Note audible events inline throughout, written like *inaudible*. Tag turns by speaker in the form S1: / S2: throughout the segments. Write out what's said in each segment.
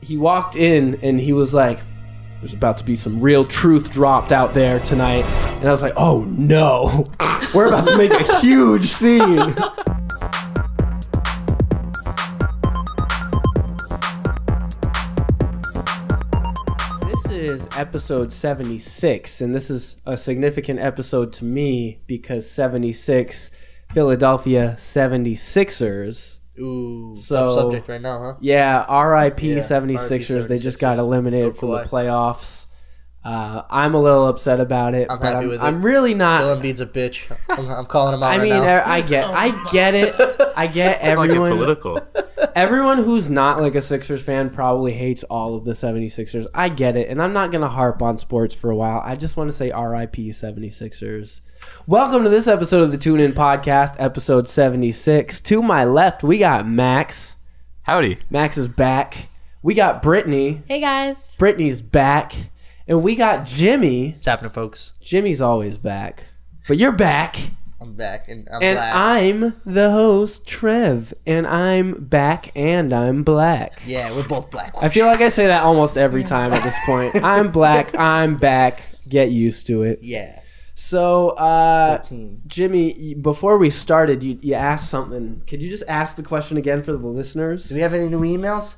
S1: he walked in and he was like, "There's about to be some real truth dropped out there tonight," and I was like, "Oh no, *laughs* we're about to make a huge scene." This is episode 76, and this is a significant episode to me because 76, Philadelphia 76ers.
S2: Ooh,
S1: So-
S2: tough subject right now, huh?
S1: Yeah, RIP
S2: Yeah,
S1: 76ers. They just got
S2: 76ers.
S1: eliminated
S2: No
S1: from the
S2: Kawhi.
S1: playoffs. Uh, I'm a little upset about it,
S2: I'm
S1: but
S2: happy
S1: I'm,
S2: with it.
S1: I'm really not.
S2: Dylan Bede's a bitch. I'm, I'm calling him out
S1: I
S2: right
S1: mean,
S2: now.
S1: I I get, I get
S2: *laughs*
S1: it. I get
S3: Like it
S1: everyone.
S3: political.
S1: everyone who's not like a Sixers fan probably hates all of the 76ers. I get it. And I'm not going to harp on sports for a while. I just want to say RIP 76ers. Welcome to this episode of the Tune In Podcast, episode 76. To my left, we got Max.
S3: Howdy.
S1: Max is back. We got Brittany.
S4: Hey guys.
S1: Brittany's back. And we got Jimmy.
S2: It's happening, folks.
S1: Jimmy's always back. But you're back.
S2: I'm back and I'm
S1: And
S2: black.
S1: I'm the host, Trev. And I'm back and I'm black.
S2: yeah, we're both black.
S1: I feel like I say that almost every time at this point. I'm black. I'm back. Get used to it.
S2: yeah,
S1: So, uh,
S2: team.
S1: Jimmy, y- before we started, you, you asked something. Could you just ask the question again for the listeners?
S2: Do we have any new emails?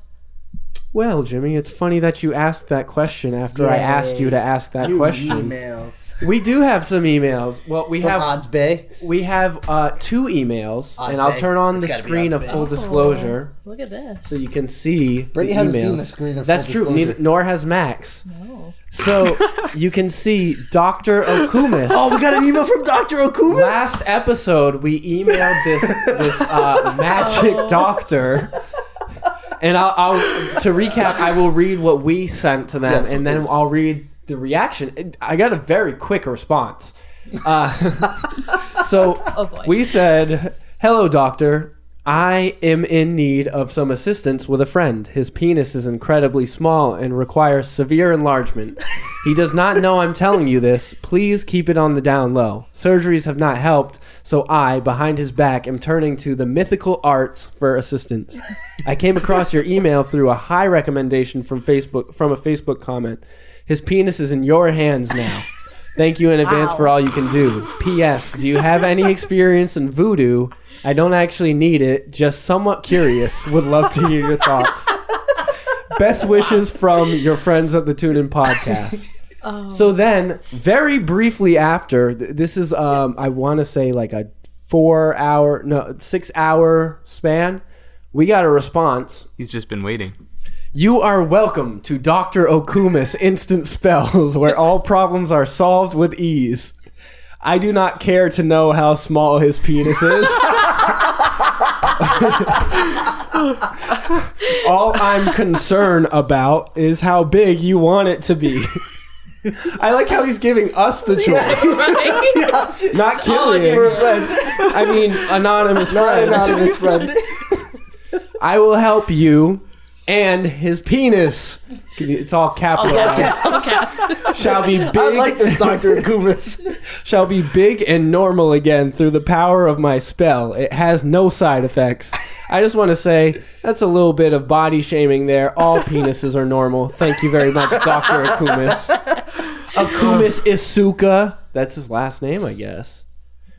S1: Well, Jimmy, it's funny that you asked that question after I asked you to ask that
S2: New
S1: question.
S2: emails.
S1: We do have some emails. Well, we
S2: From
S1: have
S2: Odds Bay.
S1: we have uh, two emails,
S2: Odds
S1: and I'll
S2: Bay.
S1: turn on
S2: It's
S1: the
S2: gotta be
S1: screen
S2: Odds
S1: of
S2: Bay.
S1: full disclosure
S4: Look at this. *laughs*
S1: so you can see.
S2: Brittany
S1: the
S2: hasn't seen
S1: emails.
S2: the screen of
S1: That's
S2: full
S1: true.
S2: disclosure.
S1: Neither, nor has Max.
S4: Oh.
S1: So you can see Dr. Okumis.
S2: Oh, we got an email from Dr. Okumas?
S1: Last episode, we emailed this this uh, magic
S4: Oh.
S1: doctor, and I'll, I'll to recap. I will read what we sent to them,
S2: Yes,
S1: and then
S2: please.
S1: I'll read the reaction. It- I got a very quick response. Uh, so
S4: *laughs* Oh, boy.
S1: we said, "Hello, doctor. I am in need of some assistance with a friend. His penis is incredibly small and requires severe enlargement. He does not know I'm telling you this. Please keep it on the down low. Surgeries have not helped, so I, behind his back, am turning to the mythical arts for assistance. I came across your email through a high recommendation from Facebook from a Facebook comment. His penis is in your hands now. Thank you in advance
S4: Wow.
S1: for all you can do. P.S. Do you have any experience in voodoo? I don't actually need it, just somewhat curious. Would love to hear your
S4: *laughs*
S1: thoughts. Best wishes from your friends at the Tune In Podcast.
S4: Oh.
S1: So then, very briefly after, th- this is, um, I want to say like a four hour, no, six hour span, we got a response.
S3: He's just been waiting.
S1: You are welcome to Dr. Okuma's instant spells where all problems are solved with ease. I do not care to know how small his penis is. *laughs* all I'm concerned about is how big you want it to be. I like how he's giving us the choice.
S4: *laughs*
S1: Not
S4: all
S1: killing
S4: your-
S1: I mean, anonymous friend.
S2: Anonymous friend.
S1: I will help you and his penis. It's all capitalized. shall be big
S2: *laughs* *laughs* I like this
S1: *laughs*
S2: Dr. Okumas.
S1: shall be big and normal again through the power of my spell. It has no side effects. I just want to say that's a little bit of body shaming there. All penises are normal. Thank you very much, Dr. Akumis. Akumis Isuka. That's his last name, I guess.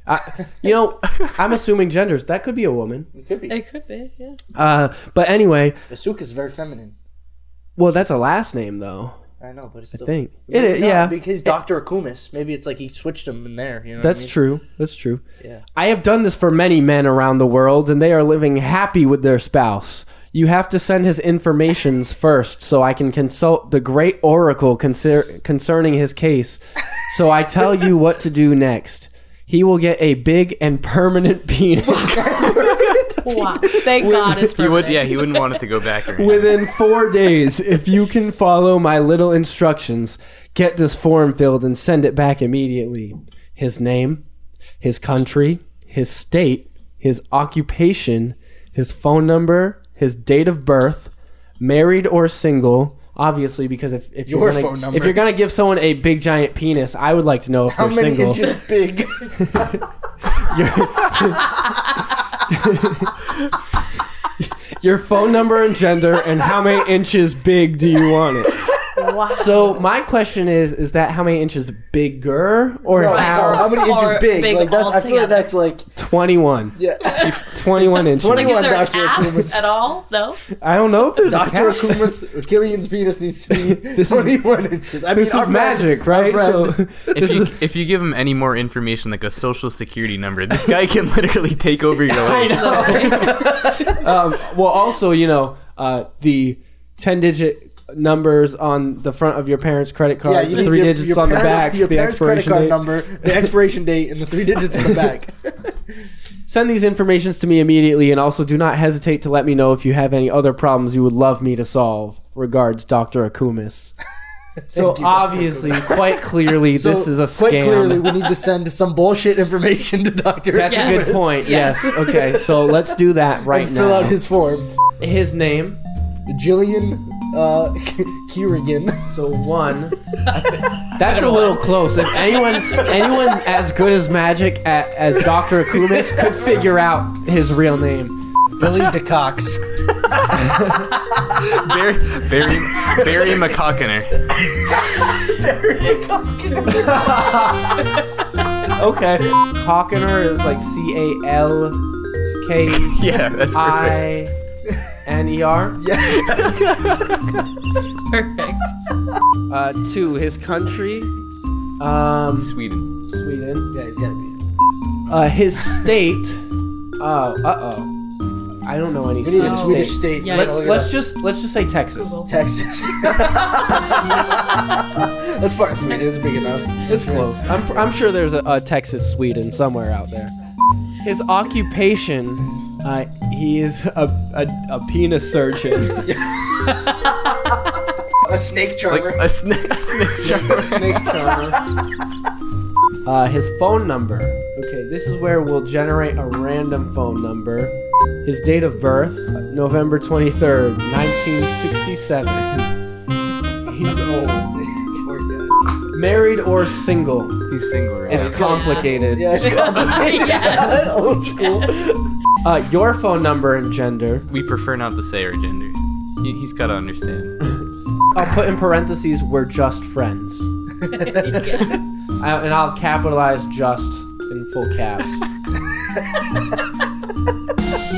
S1: I, you know, I'm assuming genders. That could be a woman.
S2: It could be.
S4: It could be, yeah.
S1: Uh, but anyway,
S2: Asuka's very feminine.
S1: well, that's a last name, though.
S2: I know, but it's
S1: I
S2: still.
S1: think. It is,
S2: No,
S1: yeah.
S2: Because Dr. Okumas, maybe it's like he switched him in there. You know
S1: That's
S2: what I mean?
S1: true. That's true.
S2: Yeah.
S1: I have done this for many men around the world, and they are living happy with their spouse. You have to send his informations first so I can consult the great oracle concer- concerning his case. So I tell you what to do next. He will get a big and permanent *laughs* penis
S4: *laughs* Wow. Thank God it's
S3: He would,
S4: permanent.
S3: yeah, he wouldn't want it to go back. *laughs* Or anything.
S1: within four days if you can follow my little instructions. Get this form filled and send it back immediately. His name, his country, his state, his occupation, his phone number, his date of birth, married or single. Obviously, because if, if you're
S2: Your
S1: gonna,
S2: phone number.
S1: if you're gonna give someone a big giant penis, I would like to know if
S2: How
S1: they're
S2: many
S1: single.
S2: inches big?
S1: Your- your phone number and gender, and how many inches big do you want it? *laughs*
S4: Wow.
S1: So my question is: Is that how many inches bigger or
S2: No,
S1: how?
S2: how many inches
S4: Or
S2: big?
S4: big
S2: Like that's, I feel like
S4: altogether.
S2: that's like
S1: Twenty-one.
S2: yeah.
S1: *laughs* Twenty-one inches.
S2: 21.
S4: Is there an
S2: Dr. Akumas.
S4: ass at all?
S2: *laughs*
S4: No.
S1: I don't know if there's
S2: Doctor
S1: a cap.
S2: Akuma's uh, Killian's penis needs to
S1: *laughs*
S2: be
S1: This is-
S2: twenty-one inches. I
S1: This is
S2: mean, our friend- *laughs*
S1: magic, right? So *laughs*
S2: our friend-
S1: this
S3: If you, *laughs*
S1: is.
S3: if you give him any more information, like a social security number, this guy can *laughs* literally take over *laughs* your
S1: I
S3: life.
S1: know. *laughs* um,
S2: Uh,
S1: well, also, you know, uh, the ten-digit numbers on the front of your parents' credit card,
S2: yeah, you
S1: the
S2: need
S1: three
S2: your,
S1: digits
S2: your
S1: on
S2: parents,
S1: the back,
S2: your
S1: the
S2: parents' credit
S1: expiration
S2: card
S1: date.
S2: number, the expiration date, and the three digits on the
S1: *laughs*
S2: back.
S1: Send these informations to me immediately, and also do not hesitate to let me know if you have any other problems you would love me to solve. Regards, Doctor Akumis. So
S2: Thank you, Dr.
S1: obviously, quite clearly,
S2: *laughs* So,
S1: this is a scam.
S2: Quite clearly, we need to send some bullshit information to Doctor.
S1: That's a
S4: Yes.
S1: good point.
S4: Yes.
S1: Yes. Okay.
S2: *laughs*
S1: So let's do that right
S2: Fill
S1: now.
S2: out his form.
S1: his name.
S2: Jillian uh, *laughs* Keegan.
S1: So
S2: *laughs*
S1: one. That's a little close. If anyone, anyone as good as magic at, as Doctor Akumis could figure out his real name.
S2: *laughs* Billy DeCox.
S3: Barry, Barry, Barry McCockiner.
S1: Okay. Cockiner is like C A L K E
S3: Yeah, that's perfect.
S1: I N E R.
S2: *laughs*
S4: Perfect.
S1: Uh, two. His country. Um,
S3: Sweden.
S1: Sweden.
S2: Yeah, he's gotta be.
S1: Uh, his state. Oh, uh oh. I don't know any.
S2: We need a
S1: state.
S2: Swedish state. Oh,
S4: Yeah,
S1: Let's
S4: yeah, yeah.
S1: let's just let's just say Texas.
S4: Google.
S2: Texas. *laughs* That's part of Sweden. It's big enough.
S1: It's close. I'm, I'm sure there's a, a Texas Sweden somewhere out there. His occupation, uh, he is a, a, a penis surgeon.
S2: A snake
S3: Like
S2: charmer.
S3: a snake. *laughs* A snake
S2: snake charmer.
S1: *laughs* Uh, his phone number. Okay, this is where we'll generate a random phone number. His date of birth, November 23rd, 1967. He's old. Married or single?
S3: He's single, right?
S1: It's complicated.
S2: *laughs* yeah, *laughs*
S1: *laughs*
S2: it's complicated.
S4: Yes.
S2: *laughs* Old school.
S1: Uh, your phone number and gender.
S3: we prefer not to say our gender. He, he's got to understand.
S1: I'll put in parentheses, we're just friends.
S4: yes.
S1: I, and I'll capitalize just in full caps.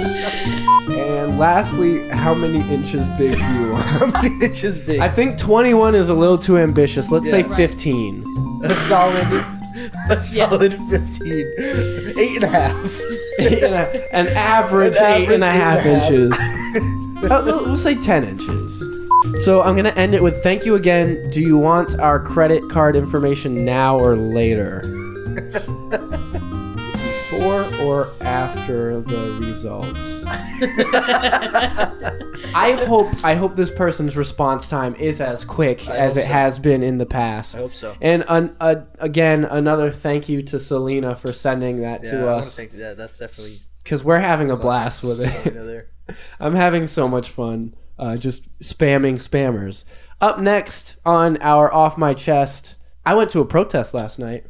S1: and lastly, how many inches big do you want?
S2: How many inches big?
S1: I think 21 is a little too ambitious. Let's say *laughs*
S2: Yeah.
S1: 15.
S2: a solid, a solid 15. Eight and
S1: *laughs*
S2: a half. *laughs*
S1: An average,
S2: An
S1: eight and a half
S2: average eight and a half.
S1: inches. *laughs* Uh, we'll, we'll say 10 inches. So I'm going to end it with thank you again. Do you want our credit card information now or
S2: *laughs*
S1: later? Before or after the results? I hope I hope this person's response time is as quick as
S2: hope
S1: it
S2: so.
S1: has been in the past. I
S2: hope so.
S1: And an, uh, again, another thank you to Selena for sending that
S2: Yeah, I
S1: to
S2: wanna
S1: us
S2: think that- that's definitely
S1: because we're having a blast with
S2: *laughs* something
S1: it.
S2: there.
S1: I'm having so much fun uh, just spamming spammers. Up next on our off my chest, I went to a protest last night,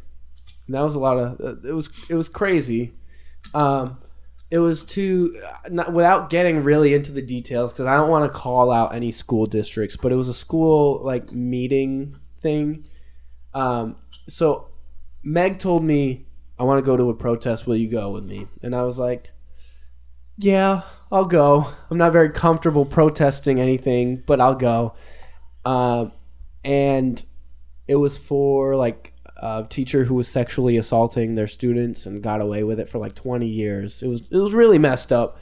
S1: and that was a lot of uh, it was it was crazy. Um, it was to uh, not, without getting really into the details because I don't want to call out any school districts, but it was a school like meeting thing. Um, so Meg told me I want to go to a protest. Will you go with me? And I was like, yeah, I'll go. I'm not very comfortable protesting anything, but I'll go. Um, and it was for like a teacher who was sexually assaulting their students and got away with it for like 20 years. It was it was really messed up.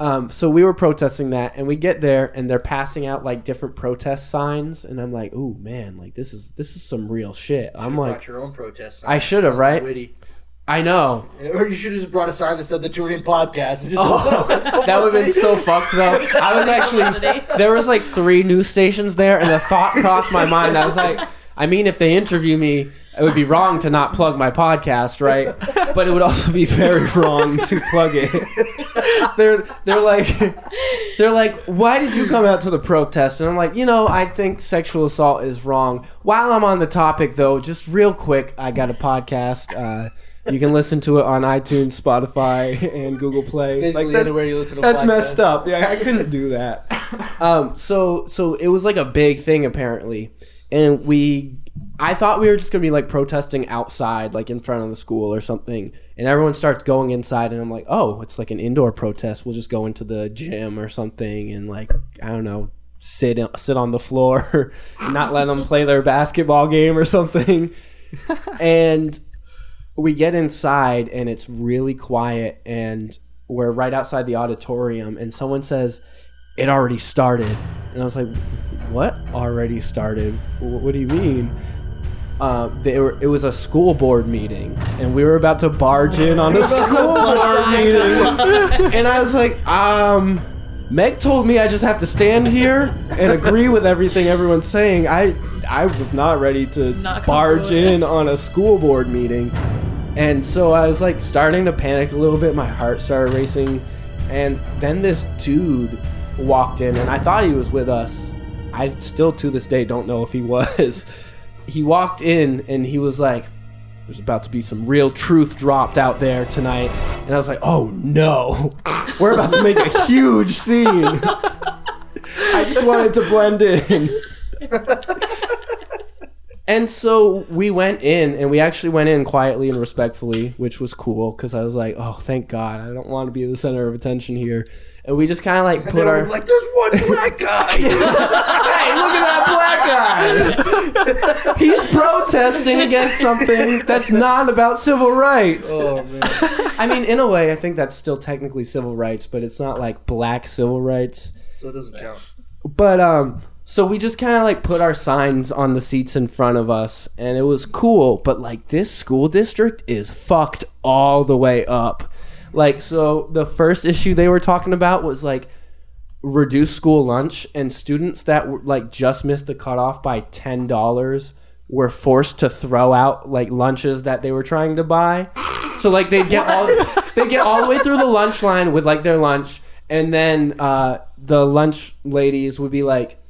S1: Um, so we were protesting that, and we get there, and they're passing out like different protest signs, and I'm like, "Ooh, man! Like this is this is some real shit." I'm like,
S2: brought your own protest. sign.
S1: "I should have, right?
S2: Witty.
S1: I know."
S2: Or you should have just brought a sign that said the
S1: *laughs*
S2: Jordan podcast. And just *laughs*
S1: Oh, that would have been so fucked though. I was actually there was like three news stations there, and the thought crossed my mind. I was like, I mean, if they interview me, it would be wrong to not plug my podcast, right? But it would also be very wrong to plug it. they're they're like they're like, why did you come out to the protest? And I'm like, you know, I think sexual assault is wrong. While I'm on the topic, though, just real quick, I got a podcast. Uh, You can listen to it on iTunes, Spotify, and Google Play.
S2: Basically,
S1: Like, that's-
S2: anywhere you listen to
S1: that's
S2: podcasts.
S1: messed up. Yeah, I couldn't do that. Um, so so it was like a big thing apparently, and we, I thought we were just gonna be like protesting outside, like in front of the school or something, and everyone starts going inside, and I'm like, oh, it's like an indoor protest. We'll just go into the gym or something, and like I don't know, sit sit on the floor, *laughs* not let them play their basketball game or something, and we get inside and it's really quiet and we're right outside the auditorium and someone says it already started and i was like what already started Wh- what do you mean uh, they were, it was a school board meeting and we were about to barge in on a school board meeting and i was like um meg told me i just have to stand here and agree with everything everyone's saying i i was not ready to
S4: Not
S1: barge in
S4: comfortable.
S1: on a school board meeting and so I was like starting to panic a little bit. My heart started racing. And then this dude walked in, and I thought he was with us. I still to this day don't know if he *laughs* was. He walked in and he was like, There's about to be some real truth dropped out there tonight. And I was like, Oh no, *laughs* we're about to make a huge scene. I just wanted to blend in. *laughs* And so we went in, and we actually went in quietly and respectfully, which was cool because I was like, "Oh, thank God, I don't want to be the center of attention here." And we just kind of like
S2: And
S1: put
S2: they
S1: our
S2: were like, there's one black
S1: *laughs*
S2: guy.
S1: hey, look at that black guy. He's protesting against something that's not about civil rights.
S2: *laughs* oh man.
S1: I mean, in a way, I think that's still technically civil rights, but it's not like black civil rights.
S2: So it doesn't count.
S1: But um so we just kind of like put our signs on the seats in front of us and it was cool, but like this school district is fucked all the way up. Like so the first issue they were talking about was like reduced school lunch and students that were, like just missed the cutoff by $10 were forced to throw out like lunches that they were trying to buy. So like they get all they get all the way through the lunch line with like their lunch, and then uh, the lunch ladies would be like,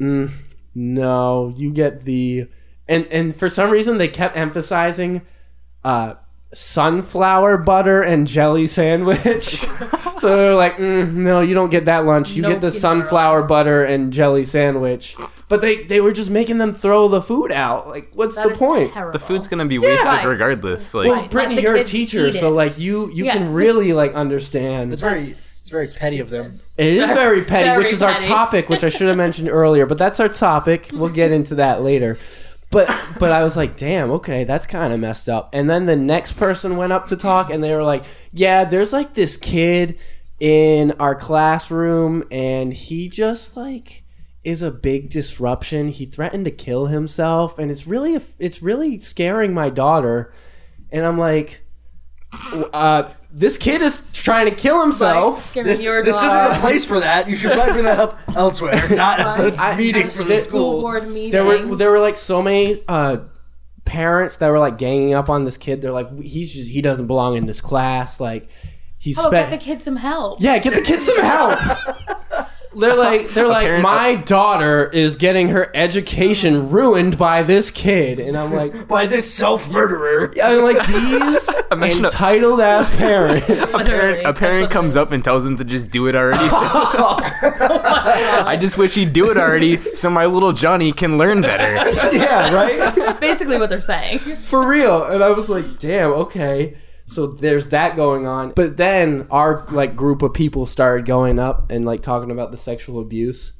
S1: mm, "No, you get the," and and for some reason they kept emphasizing uh, sunflower butter and jelly sandwich. *laughs* so they're like, mm, "No, you don't get that lunch. You
S4: No
S1: get the
S4: kidding.
S1: sunflower butter and jelly sandwich." But they they were just making them throw the food out. Like, what's
S4: That
S1: the
S4: is
S1: point?
S4: terrible.
S3: The food's gonna be wasted
S4: Right.
S3: regardless. Like,
S1: Well,
S4: Let
S1: Brittany,
S4: the
S1: you're a
S4: kids
S1: teacher,
S4: eat
S1: so
S4: it.
S1: like you, you can
S4: Yes.
S1: really like understand.
S2: It's very,
S4: That's
S2: it's very petty of them.
S1: It is very petty,
S4: Very
S1: which is
S4: petty.
S1: our topic, which I should have mentioned earlier. But that's our topic. We'll get into that later. But but I was like, damn, okay, that's kind of messed up. And then the next person went up to talk, and they were like, yeah, there's like this kid in our classroom, and he just like is a big disruption. He threatened to kill himself, and it's really it's really scaring my daughter. And I'm like, uh, this kid is trying to kill himself.
S4: Scaring
S2: This,
S4: your
S2: this
S4: dog.
S2: isn't the place for that. You should probably bring that up elsewhere, not at the
S1: I-
S2: meeting for the
S1: There-
S2: school.
S4: board meeting.
S1: there were there were like so many uh, parents that were like ganging up on this kid. They're like, he's just he doesn't belong in this class. Like he
S4: oh, get
S1: spent
S4: the kids some help.
S1: yeah, get the kid some
S4: *laughs*
S1: help. they're like they're like
S3: parent-
S1: my daughter is getting her education ruined by this kid, and I'm
S3: *laughs*
S1: like.
S2: By this self murderer.
S1: *laughs* I'm like these
S3: Imagine a-
S1: entitled ass
S3: *laughs*
S1: parents.
S3: a parent, a parent comes up and tells him to just do it *laughs*
S4: *laughs*
S3: already.
S4: Oh
S3: I just wish he'd do it already, so my little Johnny can learn better.
S1: yeah, right.
S4: Basically, what they're *laughs* saying.
S1: for real and i was like damn okay so there's that going on but then our like group of people started going up and like talking about the sexual abuse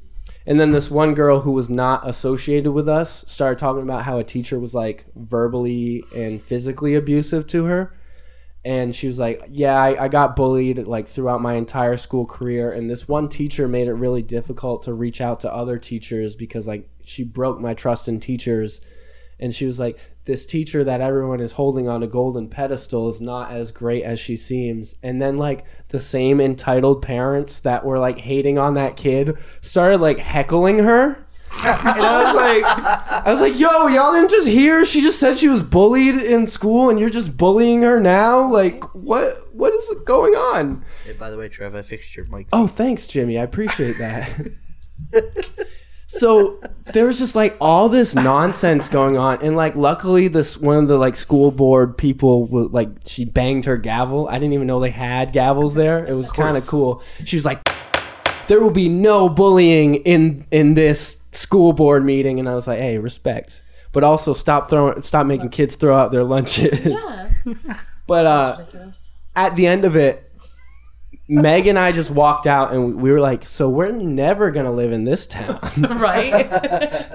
S1: and then this one girl who was not associated with us started talking about how a teacher was like verbally and physically abusive to her and she was like yeah I, I got bullied like throughout my entire school career and this one teacher made it really difficult to reach out to other teachers because like she broke my trust in teachers and she was like this teacher that everyone is holding on a golden pedestal is not as great as she seems and then like the same entitled parents that were like hating on that kid started like heckling her and I was like, I was like, yo, y'all didn't just hear? She just said she was bullied in school, and you're just bullying her now. Like, what? What is going on?
S2: Hey, by the way, Trev, I fixed your mic.
S1: Oh, thanks, Jimmy. I appreciate that. so there was just like all this nonsense going on and like luckily this one of the like school board people was like she banged her gavel i didn't even know they had gavels there it was kind of cool she was like there will be no bullying in in this school board meeting and i was like hey respect but also stop throwing stop making kids throw out their lunches *laughs*
S4: Yeah.
S1: but uh
S4: Ridiculous.
S1: at the end of it, Meg and I just walked out and we- we were like, so we're never going to live in this
S4: *laughs*
S1: town. *laughs*
S4: right?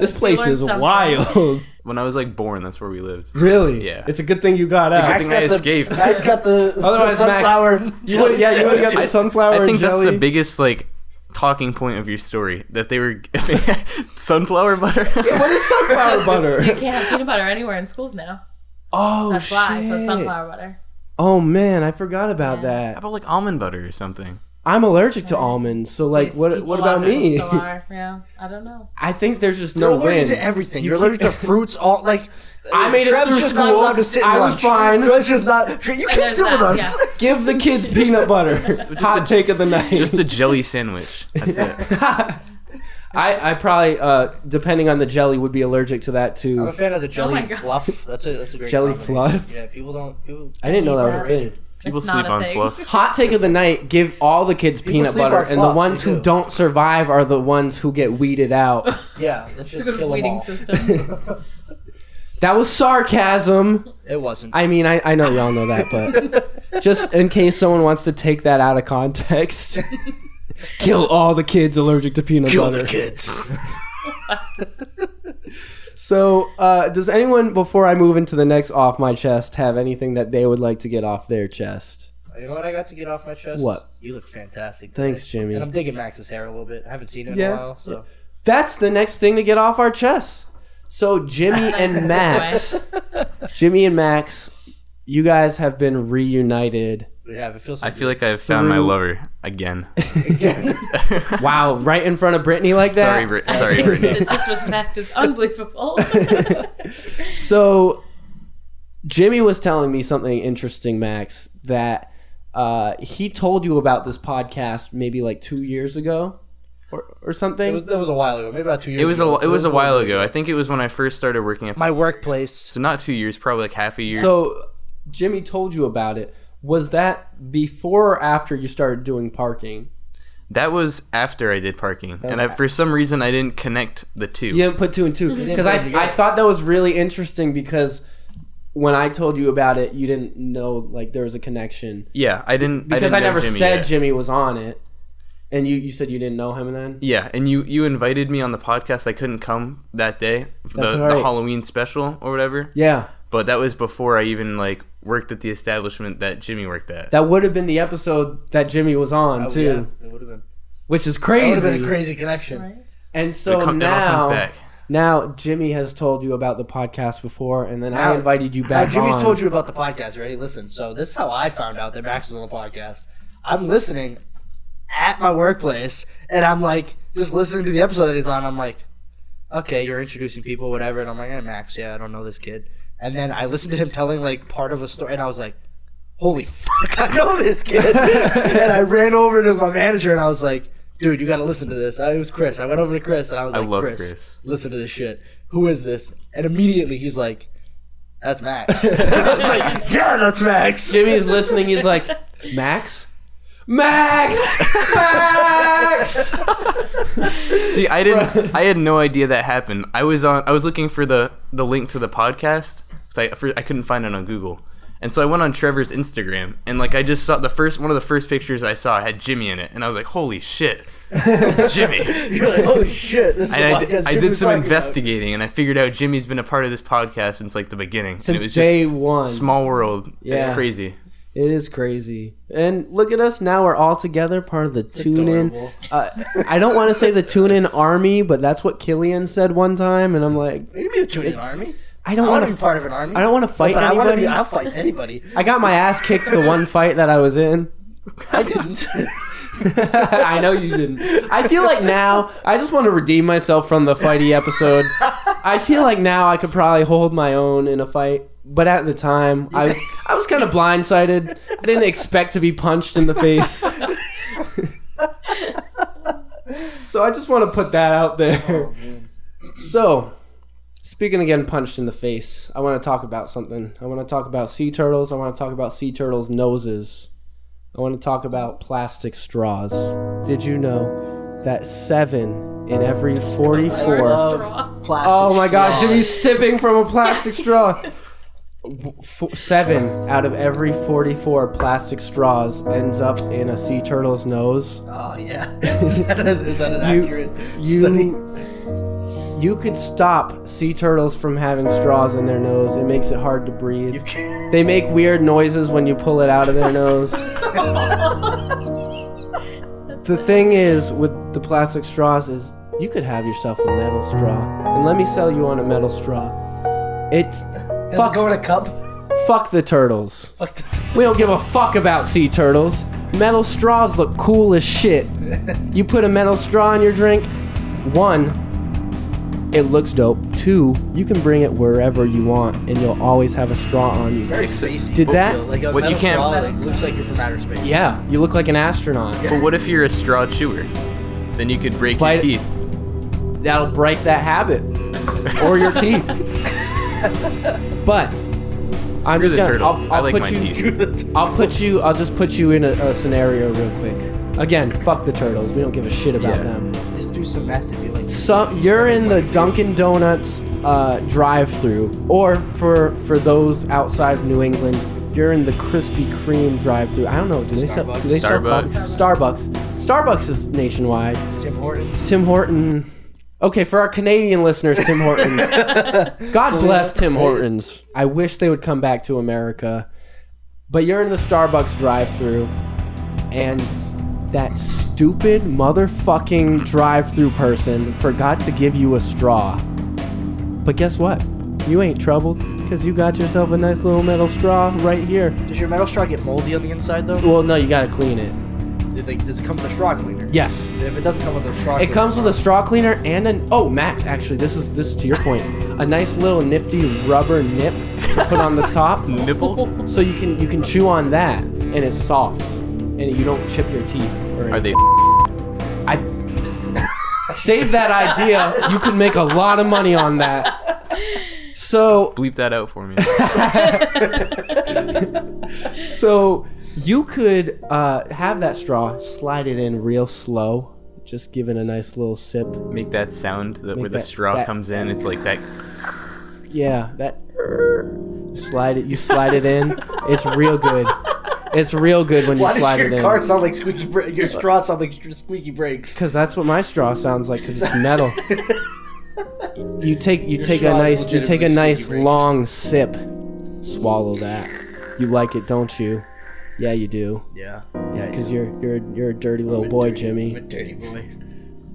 S1: This place
S4: learned
S1: is
S4: something.
S1: wild.
S3: When I was like born, that's where we lived.
S1: really?
S3: Yeah.
S1: It's a good thing you got
S3: good
S1: out.
S3: thing- I escaped.
S2: The, Max got the,
S1: Otherwise,
S2: the
S1: Max-
S2: sunflower.
S1: You would, yeah, you would have got the
S2: sandwiches.
S1: sunflower
S3: I
S1: and
S3: think
S1: jelly.
S3: that's
S1: *laughs*
S3: the biggest like talking point of your story that they were *laughs* sunflower butter. *laughs*
S1: what is sunflower
S4: You
S1: butter?
S4: can't have peanut butter anywhere in schools now.
S1: Oh,
S4: That's
S1: shit.
S4: why. So sunflower butter.
S1: Oh, man, I forgot about that.
S3: about like almond butter or something?
S1: I'm allergic to almonds, so, like,
S4: These
S1: what,
S4: people
S1: what about
S4: out there
S1: me?
S4: Still are. Yeah, I don't know.
S1: *laughs* I think there's just
S2: You're
S1: no
S2: allergic
S1: win.
S2: to everything. You're
S1: *laughs*
S2: allergic to fruits. All like
S1: I made it
S2: Trev's
S1: through
S2: just Not
S1: school.
S2: allowed to sit in
S1: I was *laughs*
S2: lunch.
S1: fine.
S2: Trev's just not. Tre- you can't
S4: there's
S2: sit with
S4: that,
S2: us.
S1: *laughs* Give the kids peanut butter. Hot take of the night.
S3: Just a jelly sandwich. That's it.
S1: *laughs* I, I probably, uh, depending on the jelly, would be allergic to that
S2: I'm a
S1: too.
S2: fan of the jelly
S4: my God.
S2: fluff. That's a that's a great
S1: Jelly
S2: combination.
S1: fluff?
S2: Yeah, people don't. People,
S1: I didn't know that was a
S4: Jesus.
S1: thing.
S3: People
S4: it's not
S3: sleep
S4: a
S3: on
S4: thing. *laughs*
S3: fluff.
S1: Hot take of the night: Give all the kids
S2: People
S1: peanut
S2: sleep
S1: butter,
S2: on
S1: and the
S2: fluff,
S1: ones
S2: they
S1: who
S2: do.
S1: do. not survive are the ones who get weeded
S2: *laughs*
S1: out.
S2: Yeah, let's
S4: It's
S2: just
S4: a good
S2: kill them
S4: weeding
S1: *laughs*
S2: all.
S4: system.
S1: that was sarcasm.
S2: It wasn't.
S1: I mean, I, I know y'all know that,
S2: *laughs*
S1: but just in case someone wants to take that out of context, kill all the kids allergic to peanut
S2: Kill
S1: butter.
S2: the *laughs* kids.
S1: So, uh, does anyone before I move into the next off my chest have anything that they would like to get off their chest?
S2: You know what I got to get off my chest?
S1: What?
S2: You look fantastic. today.
S1: Thanks, Jimmy.
S2: And I'm digging Max's hair a little bit. I haven't seen it in
S1: Yeah.
S2: a while, so
S1: that's the next thing to get off our chests. So Jimmy and
S2: *laughs*
S1: Max, Jimmy and Max, you guys have been reunited.
S2: we have. It feels. So
S3: I feel like I've found my
S1: Through-
S3: lover again.
S2: Again.
S1: Wow, right in front of Brittany like that.
S3: *laughs* sorry, Brit- sorry,
S1: *laughs*
S4: Just-
S3: Brittany.
S4: the disrespect is unbelievable.
S1: So Jimmy was telling me something interesting, Max, that uh, he told you about this podcast maybe like two years ago or, or something.
S2: *laughs* It was, that was a while ago, maybe about two years.
S3: It was a
S2: ago.
S3: it was a while ago. I think it was when I first started working at
S2: My workplace.
S3: so not two years, probably like half a year.
S1: so Jimmy told you about it. Was that before or after you started doing parking?
S3: that was after I did parking, and I, for some reason I didn't connect the two.
S1: You didn't put two and two because I,
S2: put it together.
S1: I thought that was really interesting because when I told you about it, you didn't know like there was a connection
S3: Yeah, I didn't
S1: because I,
S3: didn't know
S1: never
S3: Jimmy
S1: said
S3: yet.
S1: Jimmy was on it, and you you said you didn't know him then.
S3: Yeah, and you you invited me on the podcast. I couldn't come that day,
S1: That's
S3: the,
S1: all right.
S3: the Halloween special or whatever.
S1: Yeah,
S3: But that was before I even like worked at the establishment that Jimmy worked at.
S1: that would have been the episode that Jimmy was on
S2: Oh,
S1: too,
S2: yeah, it would have been.
S1: which is
S2: That would
S1: crazy.
S2: have been a crazy connection.
S4: Right?
S1: And
S3: It
S1: so
S3: come- it all comes
S1: now,
S3: back.
S1: now Jimmy has told you about the podcast before, and then I
S2: Now-
S1: invited you
S2: Now,
S1: back.
S2: Jimmy's
S1: on.
S2: told you about the podcast already. Listen, so this is how I found out that Max was on the podcast. I'm listening at my workplace, and I'm like, just listening to the episode that he's on. I'm like, okay, you're introducing people, whatever. And I'm like, hey, Max, yeah, I don't know this kid. And then I listened to him telling like part of a story, and I was like, holy fuck, I know this kid. and I ran over to my manager, and I was like, dude, you got to listen to this. I, it was Chris. I went over to Chris, and I was
S3: I
S2: like,
S3: love
S2: Chris,
S3: Chris.
S2: listen to this shit. Who is this? And immediately he's like,
S1: *laughs*
S2: that's Max. I was like, yeah, that's Max.
S1: Jimmy is listening. He's like,
S2: *laughs*
S1: Max,
S3: *laughs*
S1: Max, Max.
S3: See, I didn't. I had no idea that happened. I was on. I was looking for the the link to the podcast because I for, I couldn't find it on Google, and so I went on Trevor's Instagram and like I just saw the first one of the first pictures I saw had Jimmy in it, and I was like, holy shit,
S1: *laughs*
S3: it's Jimmy.
S2: *laughs* You're like, holy shit, this is
S3: And
S2: the
S3: I,
S2: podcast
S3: did- I
S2: Jimmy
S3: did
S2: was
S3: some
S2: talking about."
S3: investigating, and I figured out Jimmy's been a part of this podcast since like the beginning. and it
S1: Since
S3: was
S1: day
S3: just
S1: one,
S3: small world.
S1: Yeah.
S3: It's crazy.
S1: it is crazy. And look at us now. We're all together, part of the tune in.
S2: adorable.
S1: Uh, I don't want to say the tune in army, but that's what Killian said one time, and I'm like,
S2: You can be the tuning army.
S1: I
S2: I
S1: don't
S2: want to
S1: want
S2: be
S1: to.
S2: part of an army.
S1: I don't want to fight
S2: But I want to
S1: anybody.
S2: be.
S1: I,
S2: I'll fight anybody.
S1: got my ass kicked the one fight that I was in.
S2: I didn't.
S1: *laughs* I know you didn't. I feel like now I just want to redeem myself from the fighty episode. I feel like now I could probably hold my own in a fight, but at the time I was I was kind of blindsided. I didn't expect to be punched in the face. so I just want to put that out there. so, speaking again, punched in the face. I want to talk about something. I want to talk about sea turtles. I want to talk about sea turtles' noses. I want to talk about plastic straws. Did you know that seven in every
S4: Or a
S1: 44?
S2: love-
S4: straw.
S2: Plastic
S1: Oh my god,
S2: straws.
S1: Jimmy's sipping from a
S2: *laughs*
S1: plastic straw. F- seven out of every 44 plastic straws ends up in a sea turtle's nose.
S2: Oh yeah. *laughs* Is that, a, is that an
S1: You-
S2: accurate study?
S1: You, *laughs* you could stop sea turtles from having straws in their nose. It makes it hard to breathe.
S2: You can-
S1: They make weird noises when you pull it out of their nose. the thing is with the plastic straws is you could have yourself a metal straw. And let me sell you on a metal straw. It's
S2: Does it
S1: fuck
S2: go in a cup? *laughs*
S1: fuck the turtles.
S2: Fuck the
S1: We don't give a fuck about sea turtles. Metal straws look cool as shit. You put a metal straw in your drink, one it looks dope. Two, you can bring it wherever you want and you'll always have a straw on you.
S2: very spacey.
S1: Did
S2: I
S1: that-
S2: feel Like a
S3: What you
S2: metal
S3: can't-
S2: straw, like, looks like you're from outer space.
S1: Yeah, you look like an astronaut.
S3: But what if you're a straw chewer? Then you could break
S1: Bite-
S3: your teeth.
S1: That'll break that
S3: *laughs*
S1: habit or your teeth. But I'm
S3: Screw
S1: just
S3: the
S1: gonna.
S3: turtles.
S1: I'll,
S3: I
S1: I'll
S3: like
S1: put
S3: my
S1: you. *laughs*
S3: teeth.
S1: I'll put you. I'll just put you in a, a scenario real quick. Again, fuck the turtles. We don't give a shit about
S3: Yeah.
S1: them.
S2: Just do some meth if
S1: *laughs*
S2: you like.
S1: Some you're in the Dunkin' Donuts uh, drive-through, or for for those outside of New England, you're in the Krispy Kreme drive-through. I don't know. Do they sell? Do they sell coffee? Starbucks. Starbucks is nationwide. *laughs*
S2: Tim Hortons.
S1: Tim Horton. Okay, for our Canadian listeners, Tim Hortons. God bless Tim Hortons. I wish they would come back to America. But you're in the Starbucks drive-through, and that stupid motherfucking drive-through person forgot to give you a straw. But guess what? You ain't troubled because you got yourself a nice little metal straw right here.
S2: Does your metal straw get moldy on the inside though?
S1: Well, no, you gotta clean it.
S2: Did they, does it come with a straw cleaner?
S1: Yes,
S2: If it doesn't come with a straw
S1: It comes with a straw cleaner and an oh Max actually this is this is to your point a nice little nifty rubber nip to put on the *laughs* top
S3: Nipple?
S1: so you can you can chew on that and it's soft and you don't chip your teeth or
S3: Are
S1: anything.
S3: they?
S1: I save that idea you could make a lot of money on that so
S3: Bleep that out for me.
S1: so you could uh, have that straw slide it in real slow just give it a nice little sip
S3: Make that sound that where the
S1: that-
S3: straw
S1: that-
S3: comes in. It's like that.
S1: Yeah, that slide it. You slide it in. It's real good. It's real good when you
S2: Why
S1: slide
S2: does
S1: it
S2: your
S1: in.
S2: car sound like squeaky? Bra- your straw sound like str- squeaky
S1: *laughs*
S2: brakes. *laughs*
S1: Cause that's what my straw sounds like. Cause it's metal. you take you take a
S2: straw is
S1: nice you take a
S2: legitimately
S1: nice
S2: squeaky brakes.
S1: long sip. Swallow that. You like it, don't you? Yeah, you do.
S2: Yeah. Yeah.
S1: Cause you're you're you're a dirty little boy, Jimmy.
S2: I'm a dirty boy.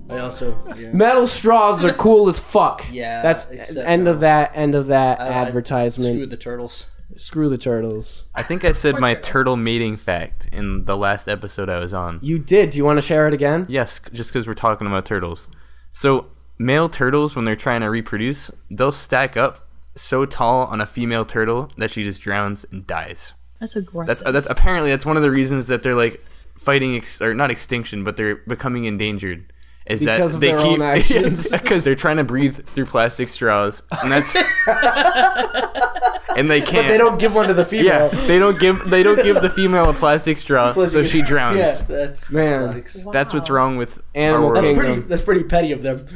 S2: I also. Yeah.
S1: Metal straws
S2: *laughs*
S1: are cool as fuck.
S2: Yeah,
S1: That's
S2: except
S1: end of that end of that
S2: I-
S1: advertisement.
S2: Screw the turtles.
S1: screw the turtles.
S3: I think I said my turtle mating fact in the last episode I was on.
S1: You did. Do you want to share it again?
S3: Yes, c- just because we're talking about turtles. So male turtles, when they're trying to reproduce, they'll stack up so tall on a female turtle that she just drowns and dies.
S4: That's
S3: That's
S4: aggressive.
S3: uh, that's apparently that's one of the reasons that they're like fighting ex- or not extinction, but they're becoming endangered. Is
S1: Because
S3: that
S1: of
S3: they
S1: their own
S3: *laughs* keep
S1: actions.
S3: because they're trying to breathe through plastic straws, and that's and they can't.
S2: They don't give one to the female.
S3: *laughs*
S2: *laughs*
S3: yeah, they don't give they don't give the female a plastic straw, so,
S2: Unless you-
S3: she
S2: *laughs*
S3: drowns.
S2: Yeah, that's
S1: Man.
S2: That sucks.
S3: That's what's
S4: Wow.
S3: wrong with
S1: Animal
S3: our world.
S2: That's
S1: kingdom.
S2: pretty. That's pretty petty
S1: *laughs*
S2: of them.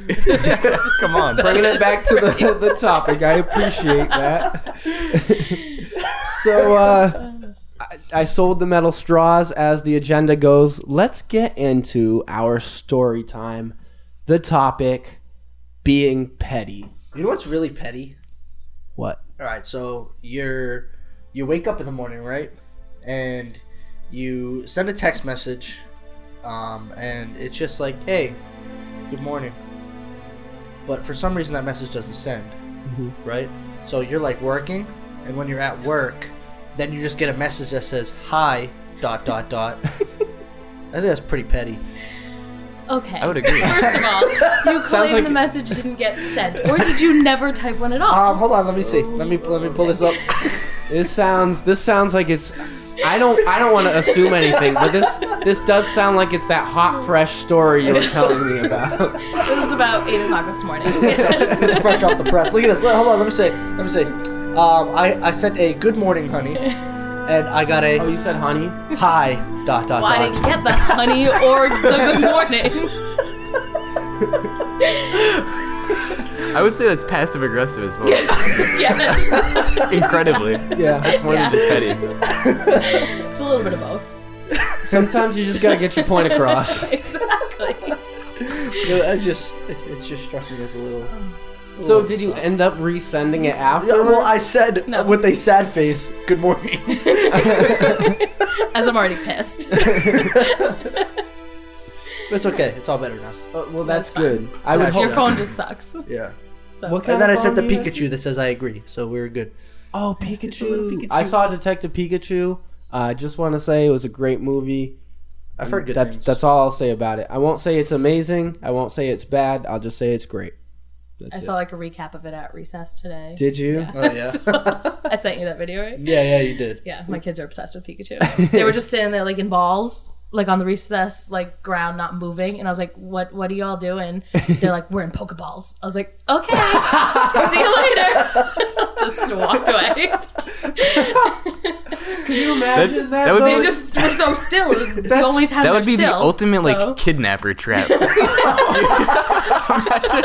S3: Come on,
S1: bringing it back to the, the topic. I appreciate that. so, uh, I, I sold the metal straws as the agenda goes. Let's get into our story time. The topic being petty.
S2: You know what's really petty?
S1: What?
S2: All right, so you're you wake up in the morning, right? And you send a text message, um, and it's just like, "Hey, good morning." But for some reason, that message doesn't send,
S1: Mhm.
S2: right? So you're like working, and when you're at work, then you just get a message that says, "Hi." Dot
S1: *laughs*
S2: dot dot. I think that's pretty petty.
S4: okay.
S3: I would agree.
S4: First of all,
S1: *laughs*
S4: you claim
S1: like-
S4: the message didn't get sent, or did you never type one at all?
S2: Um, hold on, let me see. Let me let me pull this up.
S1: This sounds. This sounds like it's I don't I don't want to assume anything, but this this does sound like it's that hot fresh story you were telling me about.
S2: *laughs*
S4: It was about eight o'clock this
S1: *laughs*
S4: morning.
S2: it's fresh off the press. Look at this. Let- Hold on. Let me say. Let me say. Um, I, I sent a good morning, honey, and I got
S1: Oh,
S2: a
S1: you said honey?
S2: hi dot dot
S4: *laughs* Well, I
S2: dot.
S4: didn't get the honey or the good
S2: *laughs*
S1: *laughs*
S4: morning.
S3: I would say that's passive aggressive as well.
S4: yes.
S3: Incredibly.
S2: *laughs* Yeah.
S3: More than just petty.
S4: *laughs* It's a little bit of both.
S1: Sometimes you just gotta get your point across.
S4: *laughs* exactly.
S2: No, I just it, it just struck me as a little.
S1: So did you end up resending it after?
S2: Yeah, well, I said
S4: No.
S2: with a sad face, "Good morning." *laughs*
S4: As I'm already
S1: *laughs*
S4: pissed.
S2: That's okay. It's all better now.
S1: Uh, well, that's
S4: That's fine.
S1: good. I would
S2: Yeah,
S1: hope.
S4: Your phone just sucks.
S2: Yeah.
S4: So.
S1: What kind
S2: And then I
S1: of
S2: sent the
S1: phone do you have?
S2: Pikachu that says I agree, so we were good.
S1: Oh, Pikachu.
S2: Pikachu.
S1: I saw Detective Pikachu. Uh, I just want to say it was a great movie.
S2: I've heard good
S1: that's
S2: things.
S1: that's all I'll say about it. I won't say it's amazing. I won't say it's bad. I'll just say it's great. That's
S4: I
S1: it.
S4: saw like a recap of it at recess today. *laughs*
S1: Did you?
S2: Oh yeah.
S4: So, I sent you that video, right?
S2: yeah, yeah, you did.
S4: Yeah, my kids are obsessed
S1: *laughs*
S4: with Pikachu. they were just standing there like in balls, like on the recess like ground, not moving. And I was like, "What? What are
S1: *laughs*
S4: y'all doing?" They're like, "We're in Pokeballs." I was like, "Okay, see you later." *laughs* just
S1: *laughs*
S4: walked away.
S1: Can *laughs* you imagine
S3: That- that would
S1: though?
S3: be-
S4: they just were so still. It was the only time
S3: That
S4: they're
S3: would be the
S4: still,
S3: ultimate
S4: so-
S3: like kidnapper trap. *laughs* Imagine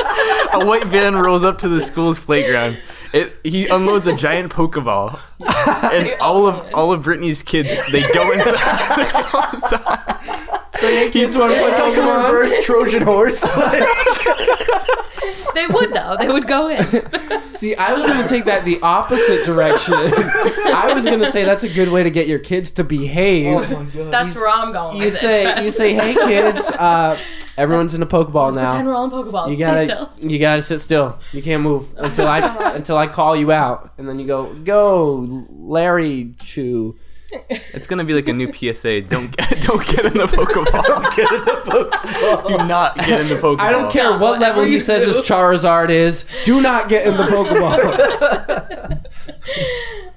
S3: a white van rolls up to the school's playground. It, he unloads a giant Pokeball, and all of all of Brittany's kids they go *laughs* inside. they go inside.
S1: kids want to play
S2: It's like a
S1: Pokemon?
S2: reverse Trojan horse. *laughs* Oh
S4: they would though. They would go in.
S1: *laughs* See, I was going to take that the opposite direction. *laughs* I was going to say that's a good way to get your kids to behave.
S4: That's where I'm *laughs* going.
S1: you
S4: with it.
S1: say, you say,
S4: *laughs*
S1: hey kids, uh, everyone's in a Pokeball
S4: Just pretend
S1: now.
S4: we're all in Pokeballs.
S1: You
S4: Stay
S1: gotta,
S4: still.
S1: you gotta sit still. You can't move until
S4: *laughs*
S1: I until I call you out, and then you go, go, Larry Chew.
S3: It's gonna be like a new PSA. Don't get, don't get in the Pokeball. *laughs* Get in the Pokeball. Do not get in the Pokeball.
S1: I don't care
S4: No,
S1: what
S4: whatever
S1: level he
S4: you
S1: says
S4: do.
S1: his Charizard is. Do not get in the
S4: *laughs*
S1: Pokeball.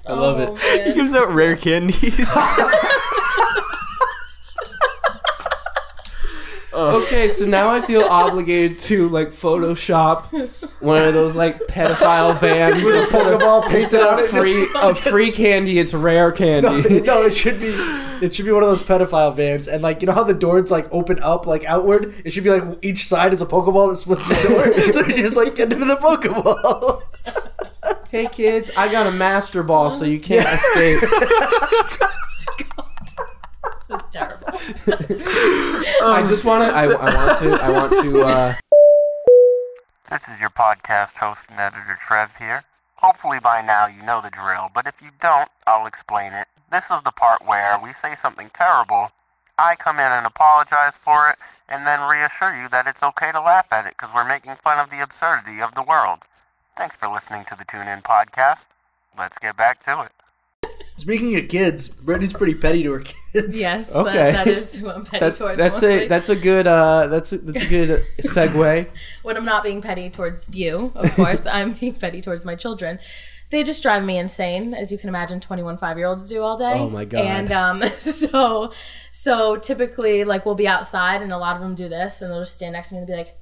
S2: I love
S4: Oh,
S2: it.
S3: He
S4: man.
S3: gives out rare *laughs* candies.
S1: okay, so now I feel obligated to like Photoshop one of those like
S4: *laughs*
S1: pedophile vans.
S2: With a Pokeball painted
S1: Instead
S2: on
S1: of
S2: it.
S1: free
S2: Just,
S1: of free candy, it's rare
S4: *laughs*
S1: candy.
S2: *laughs* no, it should be. It should be one of those pedophile vans, and like you know how the doors like open up like outward. It should be like each side is a Pokeball that splits the door. *laughs* so you just like get into the Pokeball.
S1: hey kids, I got a master ball, so you can't escape.
S4: This is terrible.
S1: *laughs* I just wanna I, I want to I want to uh
S5: This is your podcast host and editor Trev here. Hopefully by now you know the drill, but if you don't, I'll explain it. This is the part where we say something terrible, I come in and apologize for it, and then reassure you that it's okay to laugh at it because we're making fun of the absurdity of the world. Thanks for listening to the Tune In Podcast. Let's get back to it.
S2: Speaking of kids, Brittany's pretty petty to her kids.
S4: Yes,
S1: Okay.
S4: that, that is who I'm petty
S1: that,
S4: *laughs* towards.
S1: that's
S4: mostly.
S1: a that's a good uh that's a, that's a good segue.
S4: when I'm not being petty towards you,
S1: *laughs*
S4: of course, I'm being petty towards my children. They just drive me insane, as you can imagine, 21 five year olds do all day.
S1: Oh, my God.
S4: And um, *laughs* so, so typically, like we'll be outside, and a lot of them do this, and they'll just stand next to me and be like,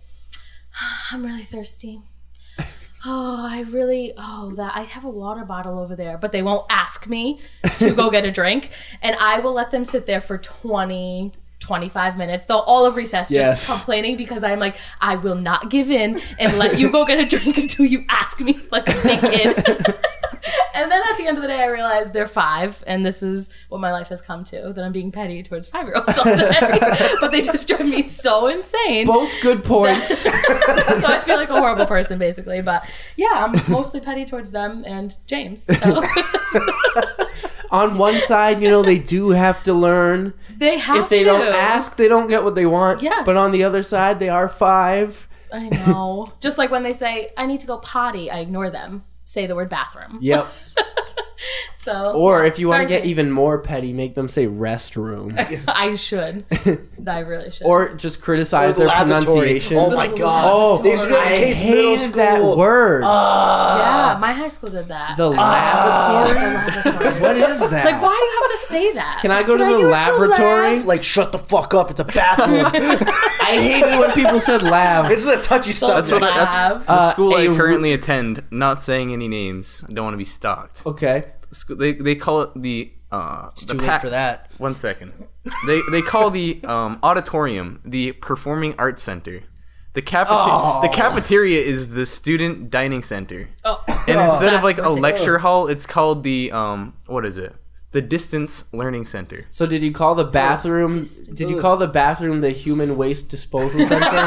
S4: *sighs* "I'm really thirsty." Oh, I really. Oh, that I have a water bottle over there, but they won't ask me to go get a drink, and I will let them sit there for 20. 25 minutes, though all of recess
S1: Yes.
S4: just complaining because I'm like, I will not give in and let you go get a drink until you ask me, like a big kid. *laughs* and then at the end of the day, I realized they're five, and this is what my life has come to that I'm being petty towards five year olds all day. but they just drive me so insane
S1: Both good points.
S4: *laughs* so I feel like a horrible person, basically. But yeah,
S1: *laughs*
S4: I'm mostly petty towards them and James. So
S1: On one side, you know, they do have to learn.
S4: they have
S1: If they
S4: to.
S1: don't ask, they don't get what they want.
S4: Yes.
S1: But on the other side, they are five.
S4: I know. Just like when they say, "I need to go potty," I ignore them. Say the word bathroom.
S1: Yep.
S4: So
S1: Or if you want to
S4: Very
S1: get
S4: good.
S1: even more petty, make them say restroom.
S4: *laughs*
S1: *laughs*
S4: I should. I really should.
S1: or just criticize
S2: Or
S1: their
S2: lavatory.
S1: pronunciation.
S2: Oh my god.
S1: Oh,
S2: they used to do it
S1: I
S2: in case middle
S1: hated
S2: school. uh,
S1: that word.
S2: Ah.
S4: yeah, my high school did that.
S1: uh, the
S4: The
S2: *laughs*
S1: laboratory. *laughs*
S4: laboratory.
S1: what is that?
S4: like, why do you have to say that?
S1: Can I go to
S2: Can I
S1: the
S2: use the
S1: laboratory?
S2: lav? Like, shut the fuck up. It's
S1: *laughs*
S2: a bathroom.
S1: I
S4: *laughs*
S1: hated when people said lab.
S2: this is a touchy subject.
S3: That's what I, that's
S1: *laughs*
S4: Lab.
S3: the
S1: Uh,
S3: school I
S1: a-
S3: currently attend. Not saying any names. I don't want to be stalked.
S1: Okay.
S3: Sc- They they call it the uh it's the
S2: Too late
S3: pa-
S2: for that.
S3: One second. They they call the um, auditorium the Performing Arts Center. The cafeteria
S1: Oh.
S3: the cafeteria is the student dining center.
S4: Oh,
S3: And instead of
S4: that's
S3: like a
S4: ridiculous.
S3: lecture hall, it's called the um what is it? The distance learning center.
S1: So did you call the bathroom? Did you call the bathroom the human waste disposal
S2: *laughs*
S1: center?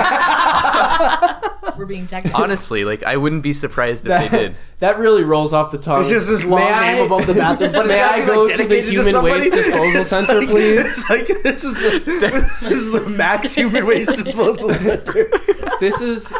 S4: we're being
S1: *laughs*
S4: technical.
S3: Honestly, like I wouldn't be surprised if they did.
S1: that really rolls off the tongue.
S2: It's just this long
S1: May
S2: name
S1: I-
S2: above the bathroom.
S1: *laughs*
S2: But it's
S1: may
S2: gotta
S1: I
S2: be,
S1: go to
S2: like,
S1: the
S2: dedicated
S1: human
S2: somebody. *laughs*
S1: waste disposal
S2: It's
S1: center,
S2: like-
S1: please?
S2: It's like this is the this is the max human waste
S1: *laughs*
S2: disposal center.
S1: This is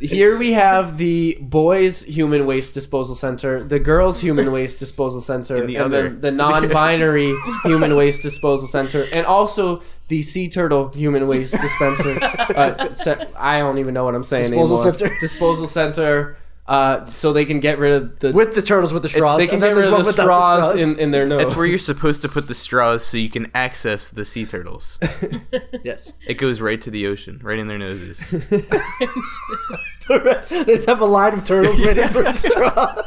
S1: here we have the boys' human waste disposal center, the girls' human waste disposal center, and
S3: the other.
S1: then the non-binary human waste disposal center, and also the sea turtle human waste dispenser. uh, se- I don't even know what I'm saying
S2: Disposal
S1: anymore.
S2: center.
S1: Disposal center. Uh, so they can get rid of the
S2: With the turtles with the straws.
S1: they can
S2: and then
S1: get
S2: there's
S1: rid
S2: one
S1: of the
S2: without
S1: straws in, in their nose.
S3: That's where you're supposed to put the straws so you can access the sea turtles.
S2: yes. *laughs*
S3: It goes right to the ocean, right in their noses.
S2: they have a line
S1: *laughs*
S2: of turtles waiting for the straw.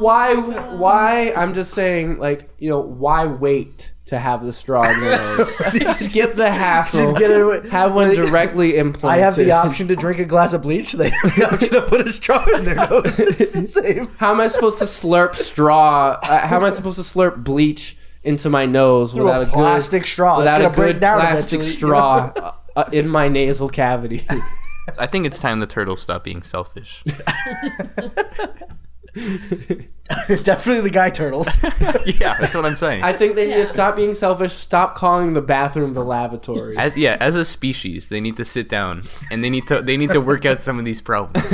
S1: why why I'm just saying like you know why wait to have the straw in your nose *laughs* skip the hassle
S2: Just get it away.
S1: have one
S2: Like,
S1: directly implanted
S2: *laughs* I have the option to drink a glass of bleach. They have the option to put a straw in
S1: *laughs*
S2: their nose. It's the same.
S1: how am I supposed to slurp straw uh, how am I supposed to slurp bleach into my nose
S2: Through
S1: without
S2: a
S1: a
S2: plastic
S1: good,
S2: straw. It's
S1: without
S2: gonna
S1: a
S2: break
S1: good
S2: down
S1: plastic
S2: eventually, you
S1: straw uh, uh, in my nasal cavity *laughs*
S3: I think it's time the turtles stop being selfish.
S2: *laughs* Definitely the guy turtles.
S3: yeah, that's what I'm saying.
S1: I think they need
S4: Yeah.
S1: to stop being selfish stop calling the bathroom the lavatory
S3: As yeah, as a species, they need to sit down and they need to they need to work out some of these problems.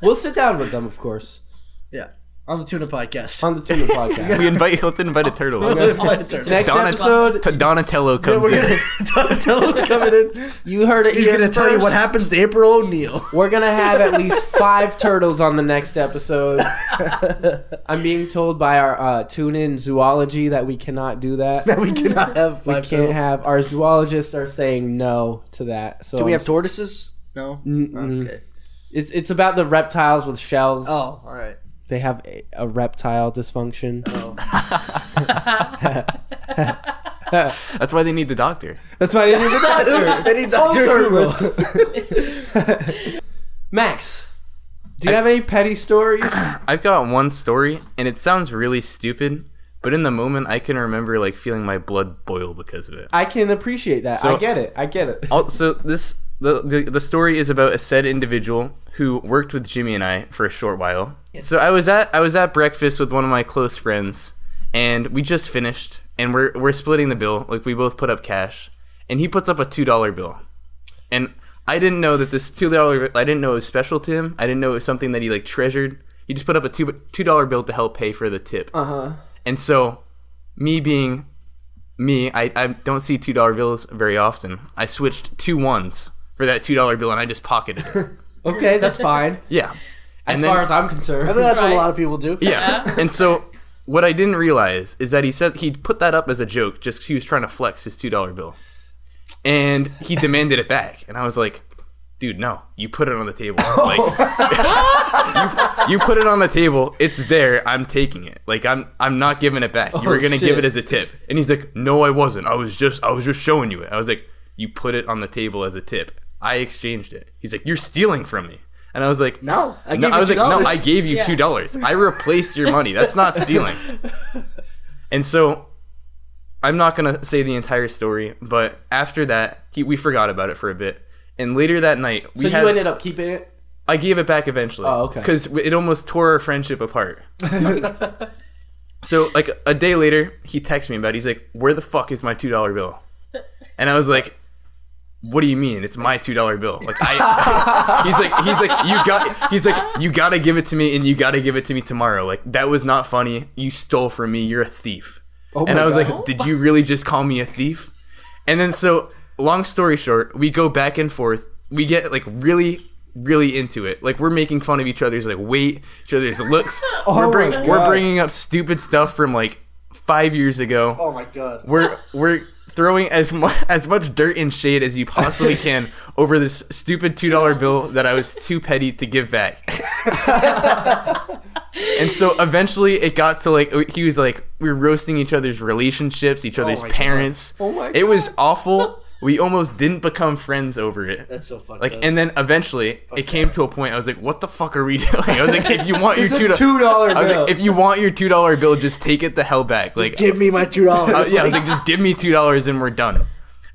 S1: we'll sit down with them of course
S2: yeah. On the Tuna Podcast.
S1: on the
S2: *laughs*
S1: Tuna podcast
S3: We invite *laughs* let's invite a turtle.
S2: Next
S1: next
S3: Donna-
S1: episode
S3: T- Donatello comes
S2: we're
S3: in.
S2: gonna Donatello's coming
S3: *laughs*
S2: in.
S1: You heard it
S2: He's
S1: here
S2: gonna tell you what
S1: first.
S2: happens to April O'Neil. *laughs*
S1: We're gonna have at least five turtles on the next
S2: *laughs*
S1: episode. I'm being told by our uh, tune-in zoology that we cannot do that.
S2: we cannot have
S1: We
S2: five
S1: can't
S2: turtles.
S1: have our zoologists are saying no to that. So
S2: Do we
S1: I'm
S2: have
S1: s-
S2: tortoises? No.
S1: Mm-mm.
S2: Okay.
S1: It's it's about the reptiles with shells.
S2: Oh, all right.
S1: They have a, a reptile
S2: *laughs*
S1: dysfunction. *laughs*
S3: *laughs* That's why they need the doctor.
S1: That's why they need *laughs* the doctor.
S2: *laughs* Any Dr.
S1: service.
S3: *laughs*
S2: Google.
S1: *laughs* Max, do you have any petty
S2: *clears throat*
S1: stories?
S3: I've got one story, and it sounds really stupid, but in the moment, I can remember like feeling my blood boil because of it.
S1: I can appreciate that.
S3: So-
S1: I get it. I get it.
S3: Also, this the, the the story is about a said individual who worked with Jimmy and I for a short while. So I was at I was at breakfast with one of my close friends, and we just finished, and we're we're splitting the bill. Like we both put up cash, and he puts up a two dollar bill, and I didn't know that this two dollar I didn't know it was special to him. I didn't know it was something that he like treasured. He just put up a two two dollar bill to help pay for the tip. Uh huh. And so, me being me, I, I don't see two dollar bills very often. I switched two ones for that two dollar bill, and I just pocketed
S1: *laughs*
S3: it.
S1: Okay, that's fine.
S3: yeah,
S1: As
S3: And then-
S1: far as I'm concerned.
S2: *laughs* That's what a
S4: Right.
S2: lot of people do.
S3: yeah. and so what I didn't realize is that he said he put that up as a joke, just 'cause he was trying to flex his two dollar bill, and he demanded it back, and I was like. Dude, no! You put it on the table. Like, *laughs* you, you put it on the table. It's there. I'm taking it. Like I'm, I'm not giving it back. You were gonna give
S1: shit.
S3: it as a tip, and he's like, "No, I wasn't. I was just, I was just showing you it." I was like, "You put it on the table as a tip. I exchanged it." He's like, "You're stealing from me," and I was like,
S2: No, I
S3: no,
S2: gave you
S3: I was like,
S2: $2.
S3: no, I gave you two dollars. I replaced your money. That's not stealing. and so, I'm not gonna say the entire story, but after that, he, we forgot about it for a bit, and later that night,
S1: *laughs*
S3: we
S1: So
S3: had,
S1: you ended up keeping it?
S3: I gave it back eventually.
S1: Oh, okay.
S3: Because it almost tore our friendship apart. so, like, a day later, he texts me about it. He's like, Where the fuck is my $2 bill? And I was like, what do you mean? It's my two dollar bill. Like I, he's like he's like you got he's like you gotta give it to me and you gotta give it to me tomorrow. Like that was not funny. You stole from me. You're a thief. and
S1: Oh my
S3: I was
S1: God.
S3: like, did you really just call me a thief? And then so long story short, we go back and forth. We get like really really into it. Like we're making fun of each other's like weight, each
S1: *laughs*
S3: other's looks.
S1: Oh my
S3: we're bring,
S1: God.
S3: we're bringing up stupid stuff from like 5 years ago
S2: Oh my god.
S3: we're we're throwing as much as much dirt and shade as
S2: *laughs*
S3: you possibly can over this stupid two dollar bill that I was too petty to
S2: *laughs*
S3: give back. and so eventually it got to like uh, he was like we were roasting each other's relationships, each other's
S2: my God.
S3: parents.
S2: Oh my
S3: It was
S2: *laughs*
S3: awful. We almost didn't become friends over it.
S2: That's so fucked
S3: like,
S2: up.
S3: and then eventually it came to a point. I was like, "What the fuck are we *laughs* doing?" I was like, "If you want your
S1: It's
S3: two
S1: a two dollar
S3: I was
S1: bill.
S3: like, "If you want your two dollar bill, just take it the hell back." Like,
S2: Give me my two
S1: *laughs*
S3: I
S2: dollars.
S3: was- Uh, yeah, I was like, just give me two dollars and we're done.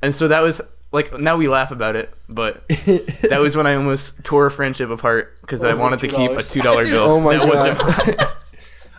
S3: And so that was like now we laugh about it, but that was when I almost tore a friendship apart because
S1: *laughs*
S3: I
S2: Over
S3: wanted to keep a
S2: $2.
S3: two dollar bill.
S1: Oh my *laughs*
S3: that
S1: God.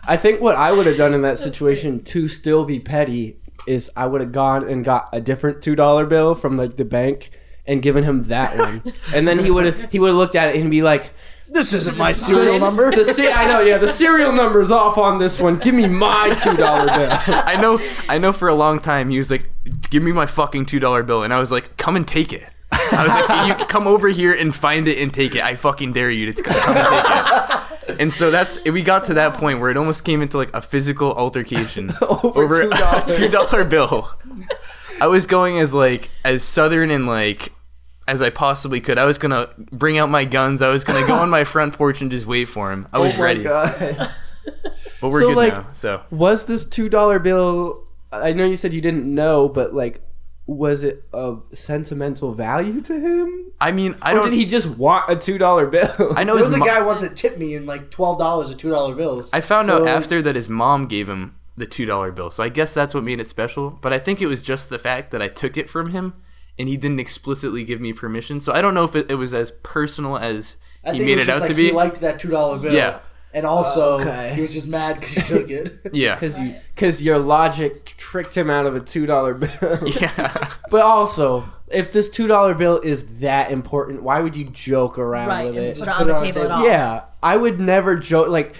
S1: I think what I would have done in that situation to still be petty is I would have gone and got a different two dollar bill from like the bank and given him that one, and then he would have he would have looked at it and be like,
S2: this isn't my
S1: "The-
S2: serial number.
S1: The se- I know, yeah, the serial number's off on this one. Give me my two dollar *laughs* bill."
S3: I know, I know. For a long time, he was like, "Give me my fucking two dollar bill," and I was like, "Come and take it." I was like, "You come over here and find it and take it. I fucking dare you to come and take it." And so that's we got to that point where it almost came into like a physical altercation
S1: *laughs* Over
S3: a
S1: $2.
S3: *laughs* two dollar bill. I was going as like as southern and like as I possibly could. I was gonna bring out my guns. I was gonna go on my front porch and just wait for him. I was ready,
S1: Oh God.
S3: but we're
S1: So,
S3: good
S1: like-
S3: now. So
S1: Was this two dollar bill? I know you said you didn't know, but like, was it of sentimental value to him,
S3: I mean, I
S1: or
S3: don't.
S1: did he just want a two dollar bill? *laughs*
S3: I know
S2: There
S3: his
S2: was a
S3: mo-
S2: guy once that tipped me in like twelve dollars or two dollar bills.
S3: I found
S2: So-
S3: out after that his mom gave him the two dollar bill, so I guess that's what made it special. But I think it was just the fact that I took it from him, and he didn't explicitly give me permission. So I don't know if it, it was as personal as
S2: I
S3: he
S2: think
S3: made
S2: was
S3: it,
S2: just
S3: out
S2: like
S3: to be.
S2: He liked that two dollar bill.
S3: Yeah.
S2: And also,
S1: Oh, Okay.
S2: he was just mad because he took it.
S1: *laughs*
S3: yeah,
S1: Because you, because your logic tricked him out of a two dollar bill.
S3: *laughs* *laughs* yeah.
S1: But also, if this two dollar bill is that important, why would you joke around
S4: *laughs* right,
S1: with
S4: and
S1: it?
S4: put it on the table at all.
S1: Yeah, I would never joke. Like,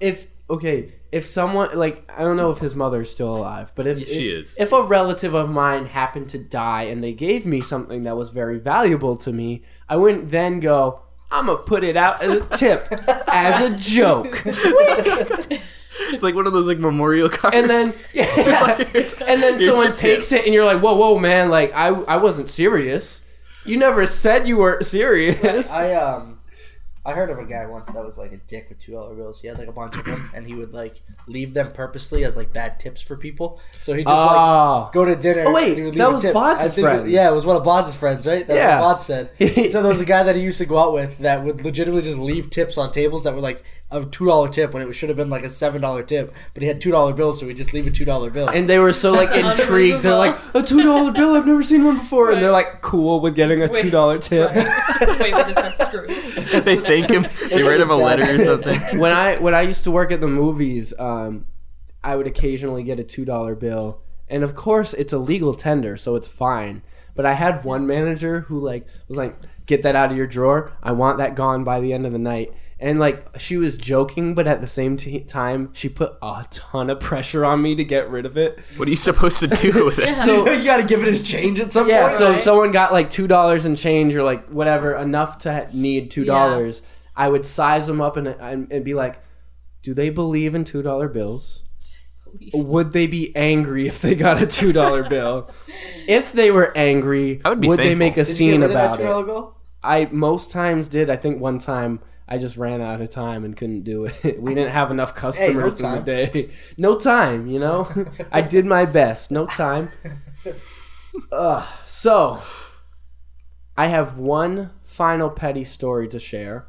S1: if okay, if someone like I don't know if his mother's still alive, but if
S3: Yeah, she
S1: if-
S3: is.
S1: if a relative of mine happened to die and they gave me something that was very valuable to me, I wouldn't then go. I'm gonna put it out as a tip, as a
S3: *laughs*
S1: joke,
S3: It's like one of those like memorial cards.
S1: and *laughs*
S3: *laughs*
S1: then and then
S3: Here's
S1: someone
S3: your
S1: takes
S3: tip.
S1: it and you're like, whoa, whoa, man, like I, I wasn't serious. You never said you were *laughs* serious.
S2: I um, I heard of a guy once that was like a dick with two dollar bills. He had like a bunch of them, and he would like leave them purposely as like bad tips for people. So he just like
S1: Oh,
S2: go to dinner.
S1: Oh, wait,
S2: and he would leave
S1: that
S2: a
S1: was
S2: tip.
S1: Bod's
S2: I think it-
S1: friend.
S2: yeah, it was one of Bod's friends, right? That's
S1: Yeah.
S2: what
S1: *laughs*
S2: Bod said. He said there was a guy that he used to go out with that would legitimately just leave tips on tables that were like a two dollar tip when it should have been like a seven dollar tip, but he had two dollar bills, so he just leave a two dollar bill. *laughs*
S1: and they were so like intrigued. They're like, a two dollar bill. I've never seen one before, and they're like cool with getting a
S4: Wait.
S1: two dollar tip.
S4: Right. *laughs* Wait, we just got screwed.
S3: they thank him. They
S2: It's
S3: write him a
S2: like
S3: letter
S2: that.
S3: or
S1: *laughs*
S2: *laughs*
S3: something.
S1: when I when I used to work at the movies, um, I would occasionally get a two dollar bill, and of course it's a legal tender, so it's fine. But I had one manager who like was like, "Get that out of your drawer. I want that gone by the end of the night." And like she was joking, but at the same t- time, she put a ton of pressure on me to get rid of it.
S3: What are you supposed to do with it?
S4: Yeah.
S1: So
S2: you gotta give it his change at some
S1: yeah,
S2: point.
S1: so if
S4: Right.
S1: someone got like two dollars in change or like whatever enough to ha- need two dollars, I would size them up and, and and be like, do they believe in two dollar bills? Would they be angry if they got a two dollar bill? If they were angry,
S3: I would be
S1: they
S3: thankful.
S1: make a
S3: Did
S2: Did you get
S1: scene
S2: rid of that
S1: about
S2: $2
S1: it?
S2: bill?
S1: I most times did. I think one time I just ran out of time and couldn't do it. *laughs* We didn't have enough customers in the
S2: time.
S1: day. No time, you know. I did my best. No
S2: *laughs*
S1: time. Ugh. So, I have one final petty story to share,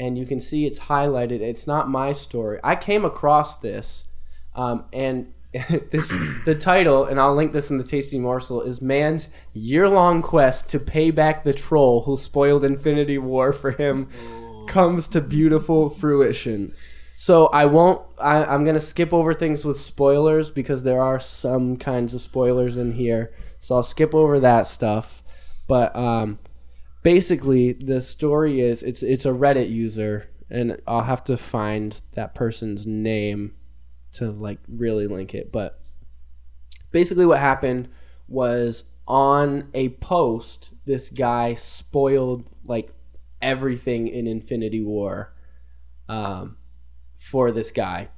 S1: and you can see it's highlighted. It's not my story. I came across this, um, and *laughs* this the title, and I'll link this in the tasty morsel. Is man's year-long quest to pay back the troll who spoiled Infinity War for him comes to beautiful fruition. So I won't. I, I'm gonna skip over things with spoilers because there are some kinds of spoilers in here. So I'll skip over that stuff. But um, basically, the story is it's it's a Reddit user, and I'll have to find that person's name to like really link it. But basically, what happened was on a post, this guy spoiled like everything in Infinity War um, for this guy.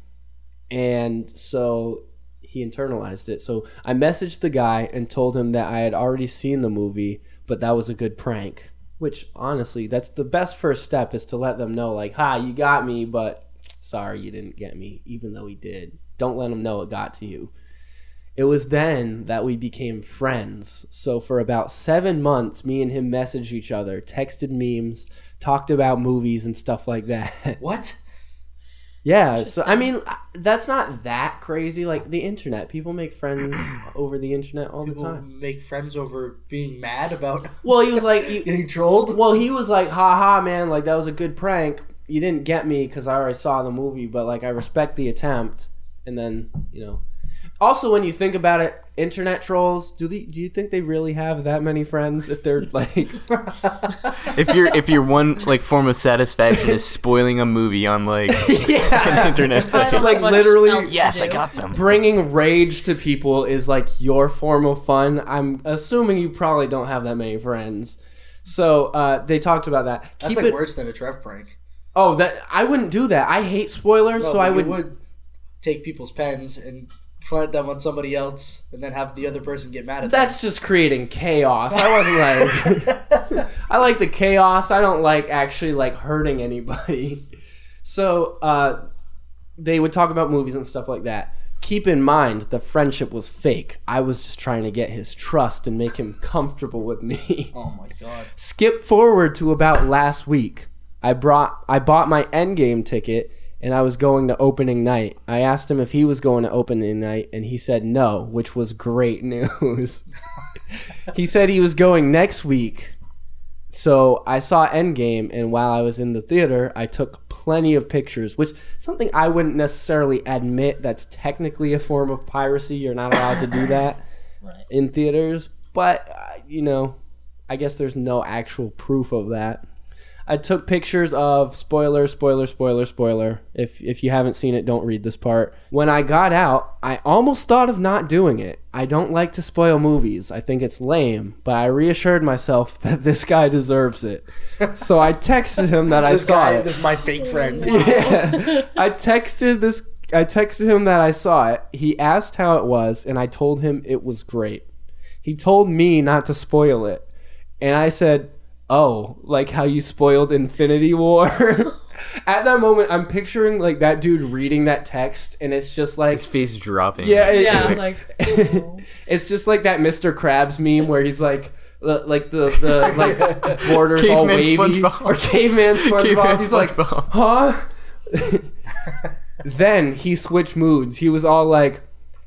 S1: And so he internalized it. So I messaged the guy and told him that I had already seen the movie, but that was a good prank. Which honestly, that's the best first step is to let them know, like, "Ha, you got me, but sorry, you didn't get me." Even though he did, don't let him know it got to you. It was then that we became friends. So for about seven months, me and him messaged each other, texted memes, talked about movies and stuff like that. *laughs*
S2: What?
S1: Yeah, so I mean, I- that's not that crazy. Like the internet, people make friends over the internet all the
S2: People *laughs*
S1: time.
S2: make friends over being mad about *laughs*
S1: Well, he was like, you-
S2: getting trolled.
S1: *laughs* well, he was like, haha, man, like that was a good prank. You didn't get me because I already saw the movie, but like I respect the attempt. And then you know, also when you think about it, internet trolls do the do you think they really have that many friends if they're like
S2: *laughs*
S3: If your if your one like form of satisfaction is spoiling a movie on like
S1: *laughs* yeah,
S3: the internet,
S4: I don't
S3: site.
S4: know
S1: like
S4: much
S1: literally
S4: else to
S3: yes, I
S4: do.
S3: got them.
S1: bringing rage to people is like your form of fun. I'm assuming you probably don't have that many friends. So uh, they talked about that.
S2: That's
S1: Keep
S2: like
S1: it-
S2: worse than a Trev prank.
S1: Oh, that I wouldn't do that. I hate spoilers,
S2: Well,
S1: so I
S2: you
S1: would.
S2: would take people's pens and plant them on somebody else, and then have the other person get mad at
S1: That's just creating chaos. I wasn't
S2: *laughs*
S1: like. *laughs*
S2: them.
S1: I like the chaos. I don't like actually like hurting anybody. *laughs* So uh, they would talk about movies and stuff like that. Keep in mind the friendship was fake. I was just trying to get his trust and make him comfortable with me. *laughs*
S2: oh my god.
S1: skip forward to about last week. I brought I bought my Endgame ticket and I was going to opening night. I asked him if he was going to opening night and he said no, which was great *laughs* news. he said he was going next week. So I saw Endgame and while I was in the theater, I took plenty of pictures, which something I wouldn't necessarily admit that's technically a form of piracy. You're not allowed to do that
S4: Right.
S1: in theaters, but uh, you know, I guess there's no actual proof of that. I took pictures of spoiler, spoiler, spoiler, spoiler. If if you haven't seen it, don't read this part. When I got out, I almost thought of not doing it. I don't like to spoil movies. I think it's lame, but I reassured myself *laughs* that this guy deserves it. So I texted him that I
S2: This
S1: saw
S2: guy,
S1: it.
S2: this is my fake friend.
S1: Yeah. I texted this I texted him that I saw it. He asked how it was and I told him it was great. He told me not to spoil it. And I said, "Oh, like how you spoiled Infinity War." *laughs* At that moment, I'm picturing like that dude reading that text and it's just like
S3: His face dropping.
S1: yeah, it-
S2: *laughs*
S4: *laughs* Yeah, like oh.
S1: it's just like that Mr. Krabs meme where he's like, li- like the the like
S3: *laughs*
S1: borders all
S3: Caveman
S1: wavy
S3: SpongeBob.
S1: or caveman SpongeBob.
S3: *laughs* Caveman
S1: he's
S3: SpongeBob.
S1: like, huh? *laughs* then he switched moods. He was all like,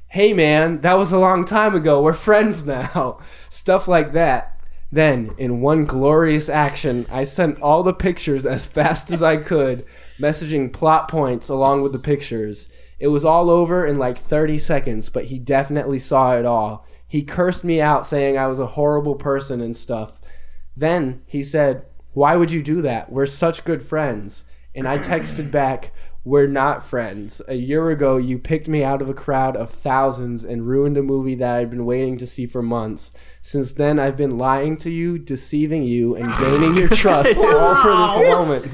S1: "Hey man, that was a long time ago. We're friends now." *laughs* Stuff like that. Then, in one glorious action, I sent all the pictures as fast as I could, messaging plot points along with the pictures. It was all over in like 30 seconds, but he definitely saw it all. He cursed me out, saying I was a horrible person and stuff. Then he said, Why would you do that? We're such good friends. And I texted back, We're not friends. A year ago, you picked me out of a crowd of thousands and ruined a movie that I'd been waiting to see for months. Since then, I've been lying to you, deceiving you, and gaining your trust all for this moment.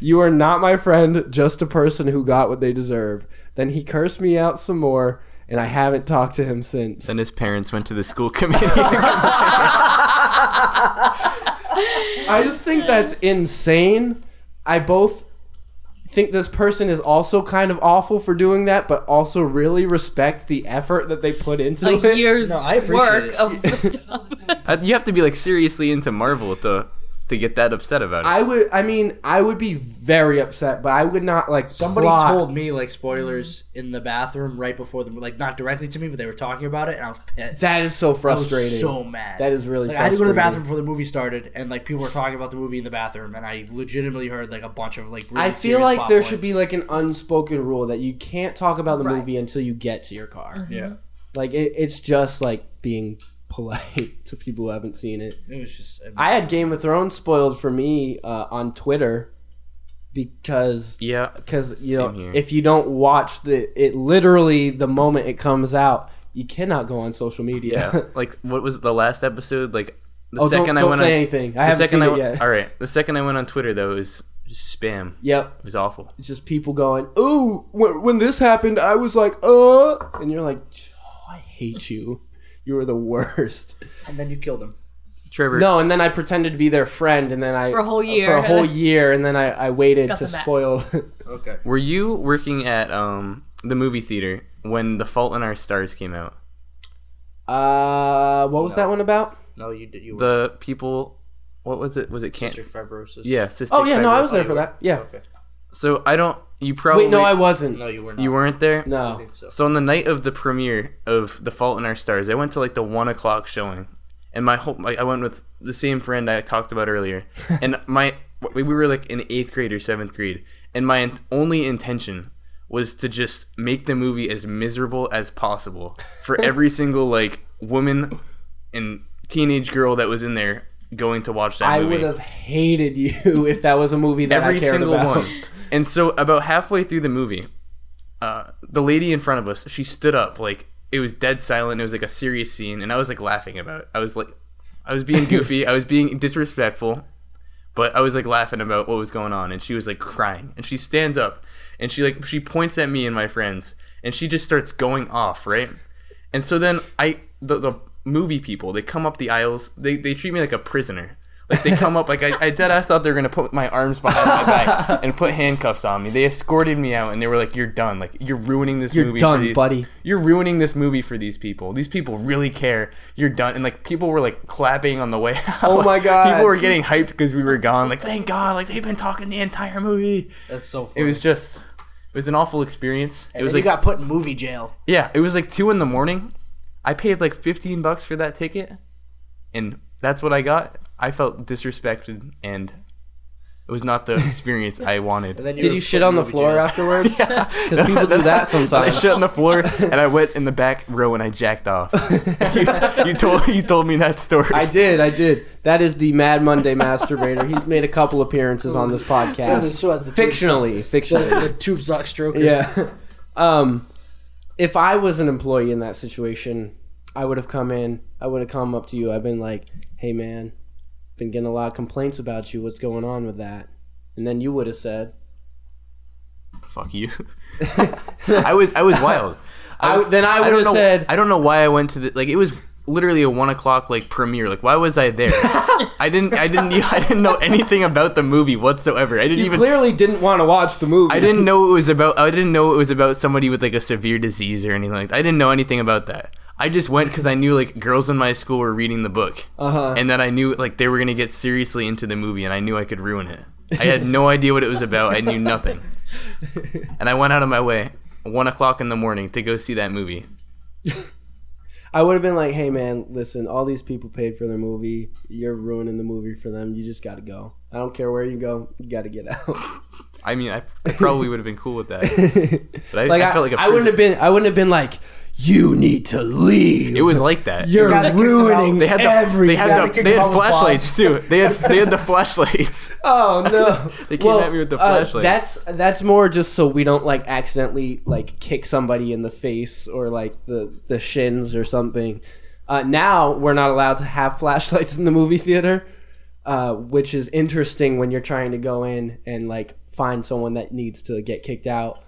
S1: You are not my friend, just a person who got what they deserve. Then he cursed me out some more, and I haven't talked to him since.
S3: Then his parents went to the *laughs* school committee.
S1: I just think that's insane. I both think this person is also kind of awful for doing that, but also really respect the effort that they put into
S4: a
S1: it.
S4: year's
S2: No, I appreciate
S4: work
S2: it.
S4: of
S2: *laughs*
S4: stuff.
S3: Uh, you have to be like seriously into Marvel to to get that upset about it.
S1: I would, I mean, I would be very upset, but I would not like.
S2: Somebody
S1: plot-
S2: told me like spoilers in the bathroom right before the like not directly to me, but they were talking about it, and I was pissed.
S1: that is so
S2: I was
S1: frustrating.
S2: so mad.
S1: That is really
S2: Like, I had to go to the
S1: frustrating.
S2: bathroom before the movie started, and like people were talking about the movie in the bathroom, and I legitimately heard like a bunch of like. Really
S1: I feel
S2: serious
S1: like
S2: plot
S1: there
S2: points.
S1: should be like an unspoken rule that you can't talk about the
S4: Right.
S1: movie until you get to your car.
S2: yeah.
S1: Like it, it's just like being polite *laughs* to people who haven't seen it.
S2: It was just.
S1: I had Game of Thrones spoiled for me uh, on Twitter because
S3: Yeah.
S1: because you know
S3: Same here.
S1: if you don't watch the it literally the moment it comes out you cannot go on social media. *laughs*
S3: Yeah. *laughs* like what was the last episode? Like the
S1: oh,
S3: second
S1: don't,
S3: I
S1: don't
S3: went
S1: say
S3: on
S1: anything. I
S3: the
S1: haven't
S3: second
S1: seen
S3: I
S1: it
S3: went,
S1: yet.
S3: All right. The second I went on Twitter though it was just spam.
S1: Yep.
S3: It was awful.
S1: It's just people going, "Ooh, when, when this happened, I was like, uh," and you're like, oh, "I hate you. You are the worst."
S2: and then you killed him.
S3: Trevor.
S1: No, and then I pretended to be their friend, and then I
S4: For a whole year.
S1: for a whole year, and then I, I waited
S4: Got
S1: to
S4: them back.
S1: spoil.
S2: Okay.
S3: Were you working at um the movie theater when The Fault in Our Stars came out?
S1: uh, what was that one about?
S2: No, you did. You were
S3: The people what was it? Was it can't
S2: Cystic fibrosis.
S3: Yeah, cystic
S1: Oh yeah, no, I was
S3: fibrosis.
S1: there for that. Yeah.
S2: Okay.
S3: So I don't you probably
S1: Wait, no, I wasn't.
S2: No, you were not.
S3: you weren't there?
S2: I
S1: No.
S2: think so.
S3: So on the night of the premiere of The Fault in Our Stars, I went to like the one o'clock showing, and my whole like I went with the same friend I talked about earlier, and my we were like in eighth grade or seventh grade, and my in- only intention was to just make the movie as miserable as possible for every single like woman and teenage girl that was in there going to watch that
S1: I
S3: movie
S1: would have hated you *laughs* if that was a movie that
S3: every
S1: I cared
S3: single
S1: about.
S3: one. And so about halfway through the movie, uh, the lady in front of us, she stood up like it was dead silent. It was like a serious scene, and I was like laughing about. It. I was like, I was being goofy. I was being disrespectful, but I was like laughing about what was going on. And she was like crying, and she stands up, and she like she points at me and my friends, and she just starts going off, right? And so then I the, the movie people they come up the aisles. They they treat me like a prisoner. Like they come up like I, I dead ass thought they were gonna put my arms behind my
S1: *laughs*
S3: back and put handcuffs on me. They escorted me out and they were like, "You're done. Like you're ruining
S1: *laughs*
S3: this
S1: You're
S3: movie. for
S1: done,
S3: these-
S1: buddy.
S3: You're ruining this movie for these people. These people really care. You're done." And like people were like clapping on the way. *laughs* Out.
S1: Oh my God.
S3: People were getting hyped because we were gone. Like thank God. Like they've been talking the entire movie.
S2: That's so funny.
S3: It was just. It was an awful experience.
S2: And
S3: it was
S2: then
S3: like
S2: you got put in movie jail.
S3: yeah, it was like two in the morning. I paid like fifteen bucks for that ticket, and that's what I got. I felt disrespected, and it
S2: *laughs*
S3: was not the experience I wanted.
S2: And
S3: *laughs*
S2: then you
S1: Did
S2: were
S1: you
S2: put
S1: shit
S2: in
S1: on the
S2: movie
S1: floor
S2: jail.
S1: afterwards?
S3: Because
S1: people do
S3: *laughs*
S1: that
S3: I
S1: sometimes.
S3: shit on the floor, and I went in the back row and I jacked off. *laughs*
S1: *laughs*
S3: you, you told you told me that story.
S1: I did, I did. That is the Mad Monday masturbator. He's made a couple appearances on this
S2: Yeah,
S1: podcast.
S2: so has the
S3: *laughs*
S1: Fictionally,
S2: tube sock-
S1: fictionally.
S2: *laughs* the, the tube sock stroker.
S1: Yeah. *laughs* Um, if I was an employee in that situation, I would have come in. I would have come up to you. I've been like, "Hey, man, been getting a lot of complaints about you. What's going on with that?" And then you would have said,
S3: *laughs*
S1: *laughs*
S3: Fuck you. I was I was wild.
S1: I
S3: was-
S1: w- then I
S3: don't
S1: would've
S3: know-
S1: said-
S3: I don't know why I went to the like it was literally a one o'clock like premiere. Like why was I there?
S1: *laughs*
S3: I didn't I didn't e- I didn't know anything about the movie whatsoever. I didn't
S1: "You
S3: even
S1: clearly didn't want to watch the movie."
S3: I didn't know it was about I didn't know it was about somebody with like a severe disease or anything like that. I didn't know anything about that. I just went because I knew like girls in my school were reading the book,
S1: *laughs* Uh-huh.
S3: and that I knew like they were gonna get seriously into the movie, and I knew I could ruin it. I had no idea what it was about. I
S1: *laughs*
S3: knew nothing, and I went out of my way, one o'clock in the morning, to go see that movie.
S1: I would have been like, "Hey, man, listen. All these people paid for their movie. You're ruining the movie for them. You just got to go. I don't care where you go. You got to get out." *laughs*
S3: I mean, I, I probably would have been cool with that, but I,
S1: like
S3: I
S1: I,
S3: felt like a
S1: I wouldn't have been. I wouldn't have been like, "You need to leave."
S3: It was like that.
S1: You're
S2: gotta kick them
S1: ruining
S2: out.
S3: they had the,
S1: everything.
S3: they had
S2: gotta
S3: the,
S2: kick
S3: they
S2: them
S3: had
S2: off the
S3: flashlights too. They had
S1: *laughs*
S3: they had the flashlights.
S1: Oh no!
S3: *laughs*
S1: uh,
S3: They came at me with the flashlight.
S1: that's that's more just so we don't like accidentally like kick somebody in the face or like the the shins or something. Uh, now we're not allowed to have flashlights in the movie theater, uh, which is interesting when you're trying to go in and like find someone that needs to get kicked out.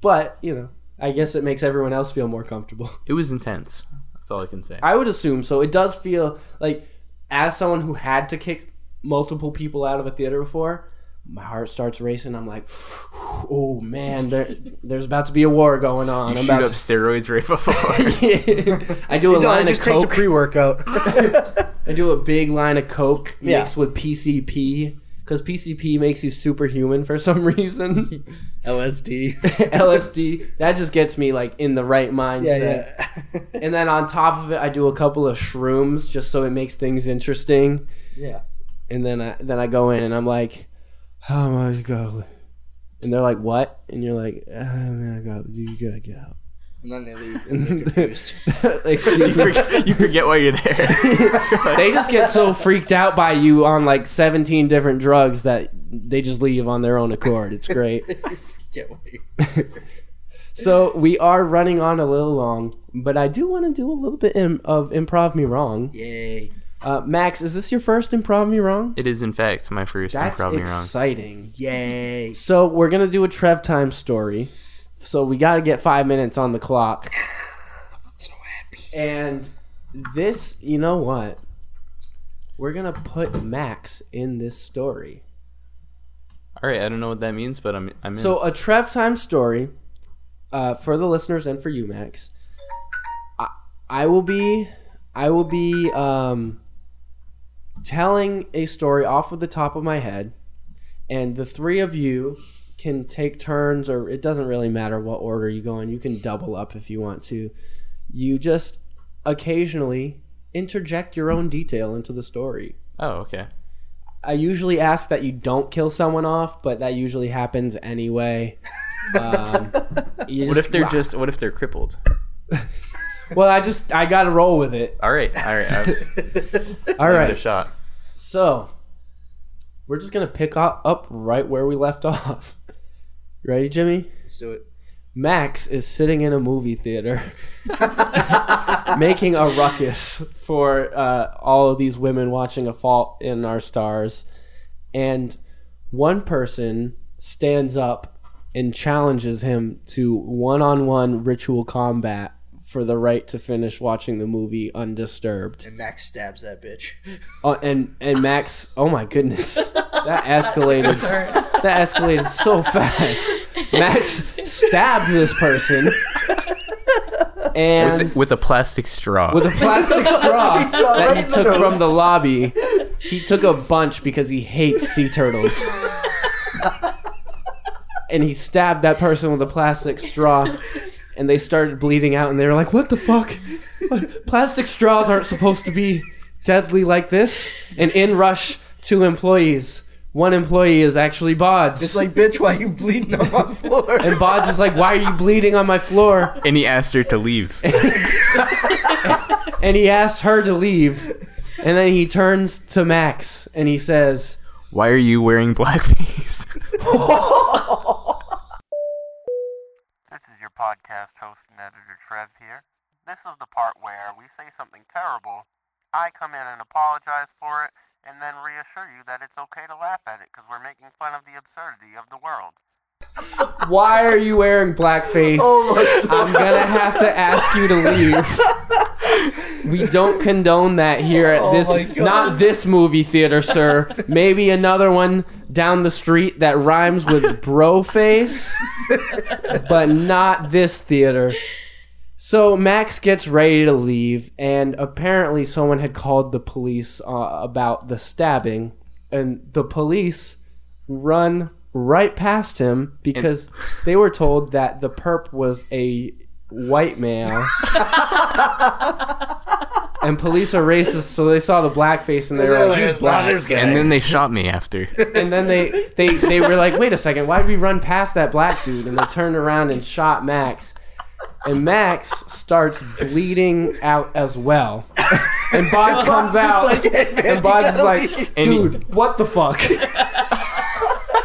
S1: But you know, I guess it makes everyone else feel more comfortable.
S3: It was intense. That's all I can say.
S1: I would assume so. It does feel like, as someone who had to kick multiple people out of a theater before, my heart starts racing. I'm like, *sighs* oh man, there, there's about to be a war going on.
S3: You
S1: I'm
S3: shoot
S1: about
S3: up
S1: *laughs*
S3: steroids right before.
S1: to. *laughs* I do a
S2: No,
S1: line
S2: *laughs* it
S1: of
S2: just takes a
S1: coke. I *laughs*
S2: pre *laughs* workout.
S1: do a big line of coke
S2: Yeah.
S1: mixed with PCP because PCP makes you superhuman for some *laughs* reason. *laughs*
S2: LSD.
S1: LSD that just gets me like in the right mindset.
S2: Yeah, *laughs* yeah.
S1: And then on top of it, I do a couple of shrooms just so it makes things interesting.
S2: yeah.
S1: and then I then I go in and I'm like, how am "Ah, I going? *laughs* And they're like, what? And you're like, oh, man, I got you gotta get out. *laughs*
S2: and then they leave and they're confused.
S3: you,
S1: Excuse me.
S3: forget, you forget why you're there.
S1: *laughs* They just get so freaked out by you on like 17 different drugs that they just leave on their own accord. It's great. *laughs*
S2: Get what you-
S1: So we are running on a little long, but I do want to do a little bit im- of improv me wrong.
S2: Yay.
S1: Uh, Max, is this your first improv me wrong?
S3: it is, in fact, my first
S1: That's
S3: improv me wrong.
S1: exciting.
S2: Yay.
S1: So we're gonna do a Trev time story. So we got to get five minutes on the clock.
S2: So happy.
S1: And this, you know what? We're gonna put Max in this story.
S3: All right, I don't know what that means, but I'm I'm in.
S1: So a Trev time story uh, for the listeners and for you, Max. I, I will be, I will be um, telling a story off of the top of my head, and the three of you can take turns, or it doesn't really matter what order you go in. You can double up if you want to. You just occasionally interject your own detail into the story.
S3: oh, okay.
S1: I usually ask that you don't kill someone off, but that usually happens anyway. Um, you
S3: What
S1: just-
S3: if they're just? What if they're crippled?
S1: Well, I just I got to roll with it.
S3: All right, all right.
S1: *laughs*
S3: I'll give
S1: All
S3: it a
S1: right.
S3: shot.
S1: So we're just gonna pick up, up right where we left off. *laughs* You Ready, Jimmy?
S2: Let's do it.
S1: Max is sitting in a movie theater, *laughs* making a ruckus for uh, all of these women watching A Fault in Our Stars, and one person stands up and challenges him to one-on-one ritual combat for the right to finish watching the movie undisturbed.
S2: And Max stabs that bitch.
S1: Uh, and and Max, oh my goodness, that escalated. that escalated so fast. Max stabbed this person, and
S3: With a plastic straw.
S2: *laughs*
S1: with a plastic straw that he
S2: in the
S1: took from
S2: nose.
S1: the lobby. He took a bunch because he hates sea turtles. and he stabbed that person with a plastic straw and they started bleeding out and they were like, "What the fuck? What? Plastic straws aren't supposed to be deadly like this." And in rush two employees. One employee is actually Bods.
S2: It's like, bitch, why you bleeding on my floor?
S1: and Bods is like, "Why are you bleeding on my floor?"
S3: *laughs* and he asked her
S1: *laughs*
S3: to leave.
S1: and he asks her to leave. And then he turns to Max and he says,
S3: Why are you
S1: *laughs*
S3: wearing blackface?
S5: This is your podcast host and editor Trev here. This is the part where we say something terrible, I come in and apologize for it, and then reassure you that it's okay to laugh at it because we're making fun of the absurdity of the world.
S1: Why are you wearing blackface?
S2: Oh
S1: I'm going to have to ask you to leave. We don't condone that here at this,
S2: Oh my God.
S1: not this movie theater, sir. Maybe another one down the street that rhymes with bro face, but not this theater. So Max gets ready to leave, and apparently someone had called the police uh, about the stabbing, and the police run right past him because they were told that the perp was a white male. and police are racist, so they saw the blackface and they were like, "He's black."
S3: and then they shot
S1: *laughs*
S3: me after.
S1: And then they, they, they were like, wait a second, why did we run past that black dude? And they turned around and shot Max. And Max starts bleeding out as well. And Bods comes out. and Bods is like,
S3: And he-
S1: dude, what the fuck?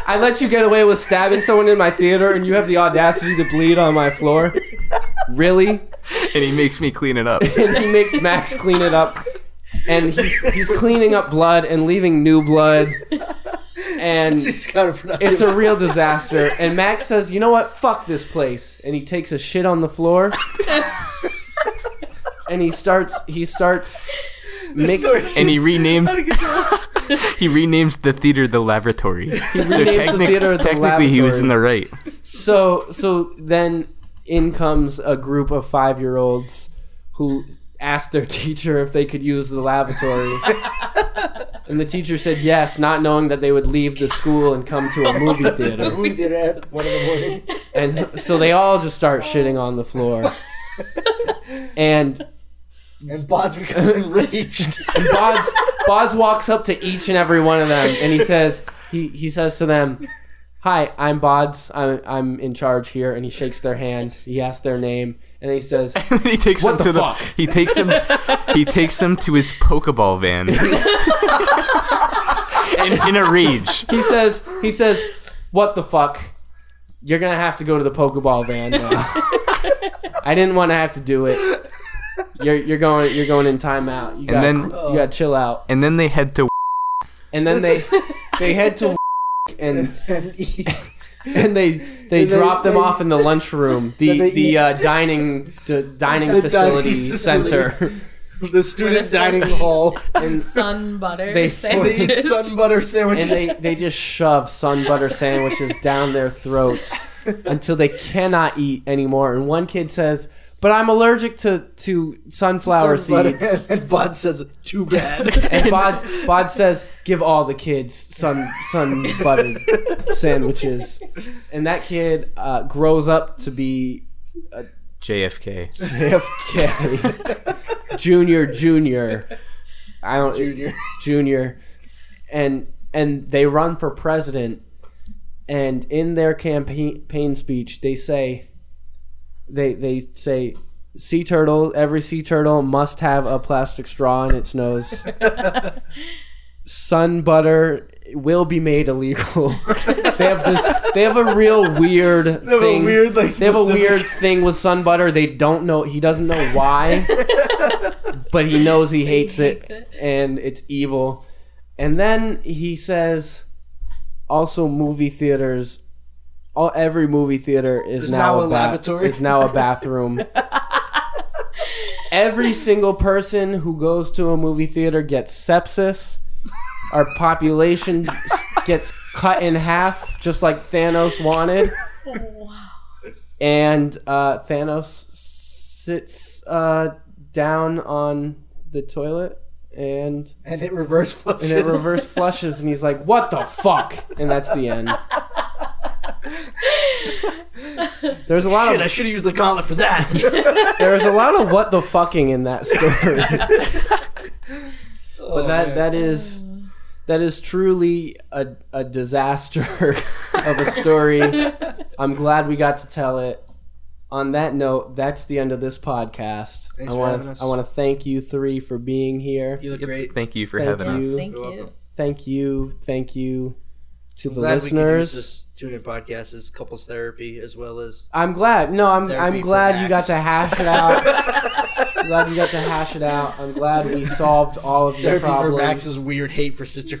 S1: I let you get away with stabbing someone in my theater and you have the audacity to bleed on my floor? Really?
S3: And he makes me clean
S1: *laughs*
S3: it up.
S1: and he makes Max clean it up. And he's, he's cleaning up blood and leaving new blood. And
S2: *laughs* He's got a productive. *laughs*
S1: it's a real disaster. And Max says, "You know what? Fuck this place." And he takes a shit on the floor. and he starts. He starts. Mix,
S2: story's
S3: And he renames
S1: *laughs*
S3: He renames the theater the laboratory. so
S1: renames the theater the
S3: technically he
S1: laboratory.
S3: was in the right.
S1: so so then in comes a group of five year olds who asked their teacher if they could use the lavatory. and the teacher said yes, not knowing that they would leave the school and come to a movie
S2: *laughs*
S1: theater.
S2: Who did that? One in the morning.
S1: And so they all just start shitting on the floor. And
S2: And Bods becomes enraged.
S1: Bods Bods walks up to each and every one of them and he says he, he says to them, hi, I'm Bods. I'm, I'm in charge here. And he shakes their hand. He asks their name. And he says,
S3: *laughs* And he takes
S1: What
S3: him
S1: the
S3: to
S1: fuck?
S3: the he takes him
S1: *laughs*
S3: he takes him to his Pokeball van *laughs* in, in a rage.
S1: he says, he says, what the fuck? You're going to have to go to the Pokeball van now. I didn't want to have to do it. You're, you're going you're going in timeout. You gotta,
S3: then-
S1: you gotta chill out.
S3: And then they head to
S1: And then they they head to and
S2: *laughs*
S1: *laughs*
S2: and he-
S1: and they they
S2: And they-
S1: drop them
S2: they-
S1: off in the lunchroom, the
S2: Then they
S1: the
S2: eat-
S1: uh, dining d- dining
S2: The dining
S1: facility
S2: facility.
S1: center.
S2: *laughs* the student
S4: Where they're
S2: dining *laughs*
S4: forced-
S2: hall, and
S4: *laughs* Sun butter
S1: They-
S2: they eat
S4: sandwiches.
S2: sun *laughs*
S4: *laughs*
S2: butter
S1: and
S2: sandwiches.
S1: they, they just shove sun butter sandwiches down their throats until they cannot eat anymore. And one kid says, "But I'm allergic to to sunflower
S2: Sun butter.
S1: seeds."
S2: And Bud says,
S1: *laughs*
S2: "Too bad."
S1: And
S2: *laughs*
S1: Bod Bod says, "Give all the kids sun sun buttered sandwiches," and that kid uh, grows up to be
S3: JFK.
S1: JFK Junior Junior. I don't
S2: Junior.
S1: Junior, and and they run for president, and in their campaign campaign speech they say, they they say. Sea turtle. Every sea turtle must have a plastic straw in its nose. Sun butter will be made illegal. *laughs* they have this. They have a real weird
S2: They have
S1: thing.
S2: a weird, like,
S1: They have a
S2: specific-
S1: weird thing with sun butter. They don't know. He doesn't know *laughs* why, but he knows he hates,
S4: hates
S1: it,
S4: it.
S1: and it's evil. And then he says, "Also, movie theaters. All every movie theater is
S2: Is
S1: now,
S2: now
S1: a
S2: a
S1: ba-
S2: lavatory.
S1: Is now a *laughs* bathroom. every single person who goes to a movie theater gets sepsis. Our *laughs* population s- gets cut in half, just like Thanos wanted." and uh, Thanos sits uh, down on the toilet and,
S2: *laughs* and it reverse flushes.
S1: and it reverse flushes and he's like, "What the fuck?" And that's the end. There's a lot *laughs*
S2: Shit, I
S1: of
S2: should have used the gauntlet for that.
S1: *laughs* there's a lot
S2: *laughs*
S1: of what the fucking in that story.
S2: Oh,
S1: but that that is that is truly a a disaster *laughs* of a story. I'm glad we got to tell it. On that note, that's the end of this podcast. I
S2: Thanks for
S1: want
S2: having
S1: to
S2: us.
S1: I want to thank you three for being here.
S2: You look great.
S3: Thank you for
S1: Thank
S3: having us.
S1: you.
S4: Thank
S2: You're
S4: you.
S2: welcome.
S1: Thank you, thank you to
S2: I'm
S1: the
S2: glad we can use
S1: listeners.
S2: this tune-in podcast as couples therapy as well as
S1: I'm glad. No, I'm
S2: Therapy
S1: I'm
S2: for
S1: glad you got
S2: Max.
S1: to hash it
S2: *laughs*
S1: out. I'm glad you got to hash it out. I'm glad we solved all of your
S2: therapy
S1: problems.
S2: for Max's weird hate for cystic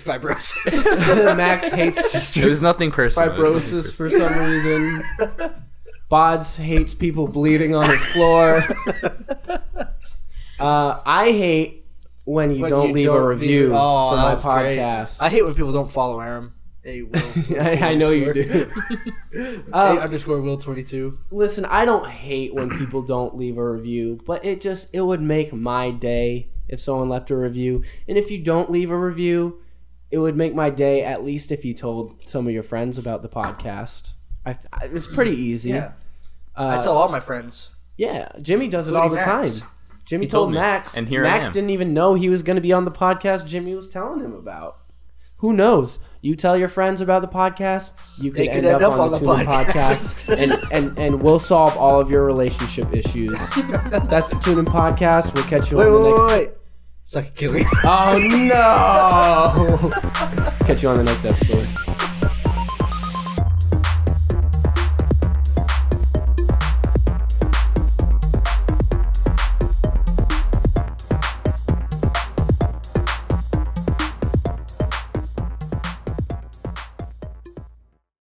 S1: *laughs*
S2: fibrosis.
S1: Max hates
S3: It
S1: sisters.
S3: was nothing personal. It was nothing
S1: fibrosis for some reason.
S2: *laughs*
S1: Bods hates people bleeding on his floor. Uh, I hate when you
S2: But
S1: don't
S2: you
S1: leave
S2: don't
S1: a
S2: leave-
S1: review
S2: Oh,
S1: for
S2: that
S1: my
S2: was great.
S1: podcast.
S2: I hate when people don't follow Aram. Hey, Will.
S1: *laughs* I, I know you do.
S2: Hey,
S1: Uh,
S2: underscore Will twenty two.
S1: listen, I don't hate when people don't leave a review, but it just it would make my day if someone left a review. And if you don't leave a review, it would make my day at least if you told some of your friends about the podcast. I, I- it's pretty easy.
S2: Yeah,
S1: Uh,
S2: I tell all my friends.
S1: Yeah, Jimmy does it all the
S2: Including Max.
S1: time. Jimmy
S3: He
S1: told,
S3: told me,
S1: Max,
S3: and here I
S1: Max
S3: am.
S1: didn't even know he was going to be on the podcast. Jimmy was telling him about. Who knows? You tell your friends about the podcast, you could,
S2: They
S1: end, up, on, the, Tune In podcast,
S2: podcast.
S1: and, and and we'll solve all of your relationship
S2: *laughs*
S1: issues. That's the Tune In podcast. We'll catch you
S2: Wait,
S1: on the
S2: wait,
S1: next.
S2: wait, wait. Suck a killing.
S1: Oh no! catch you on the next episode.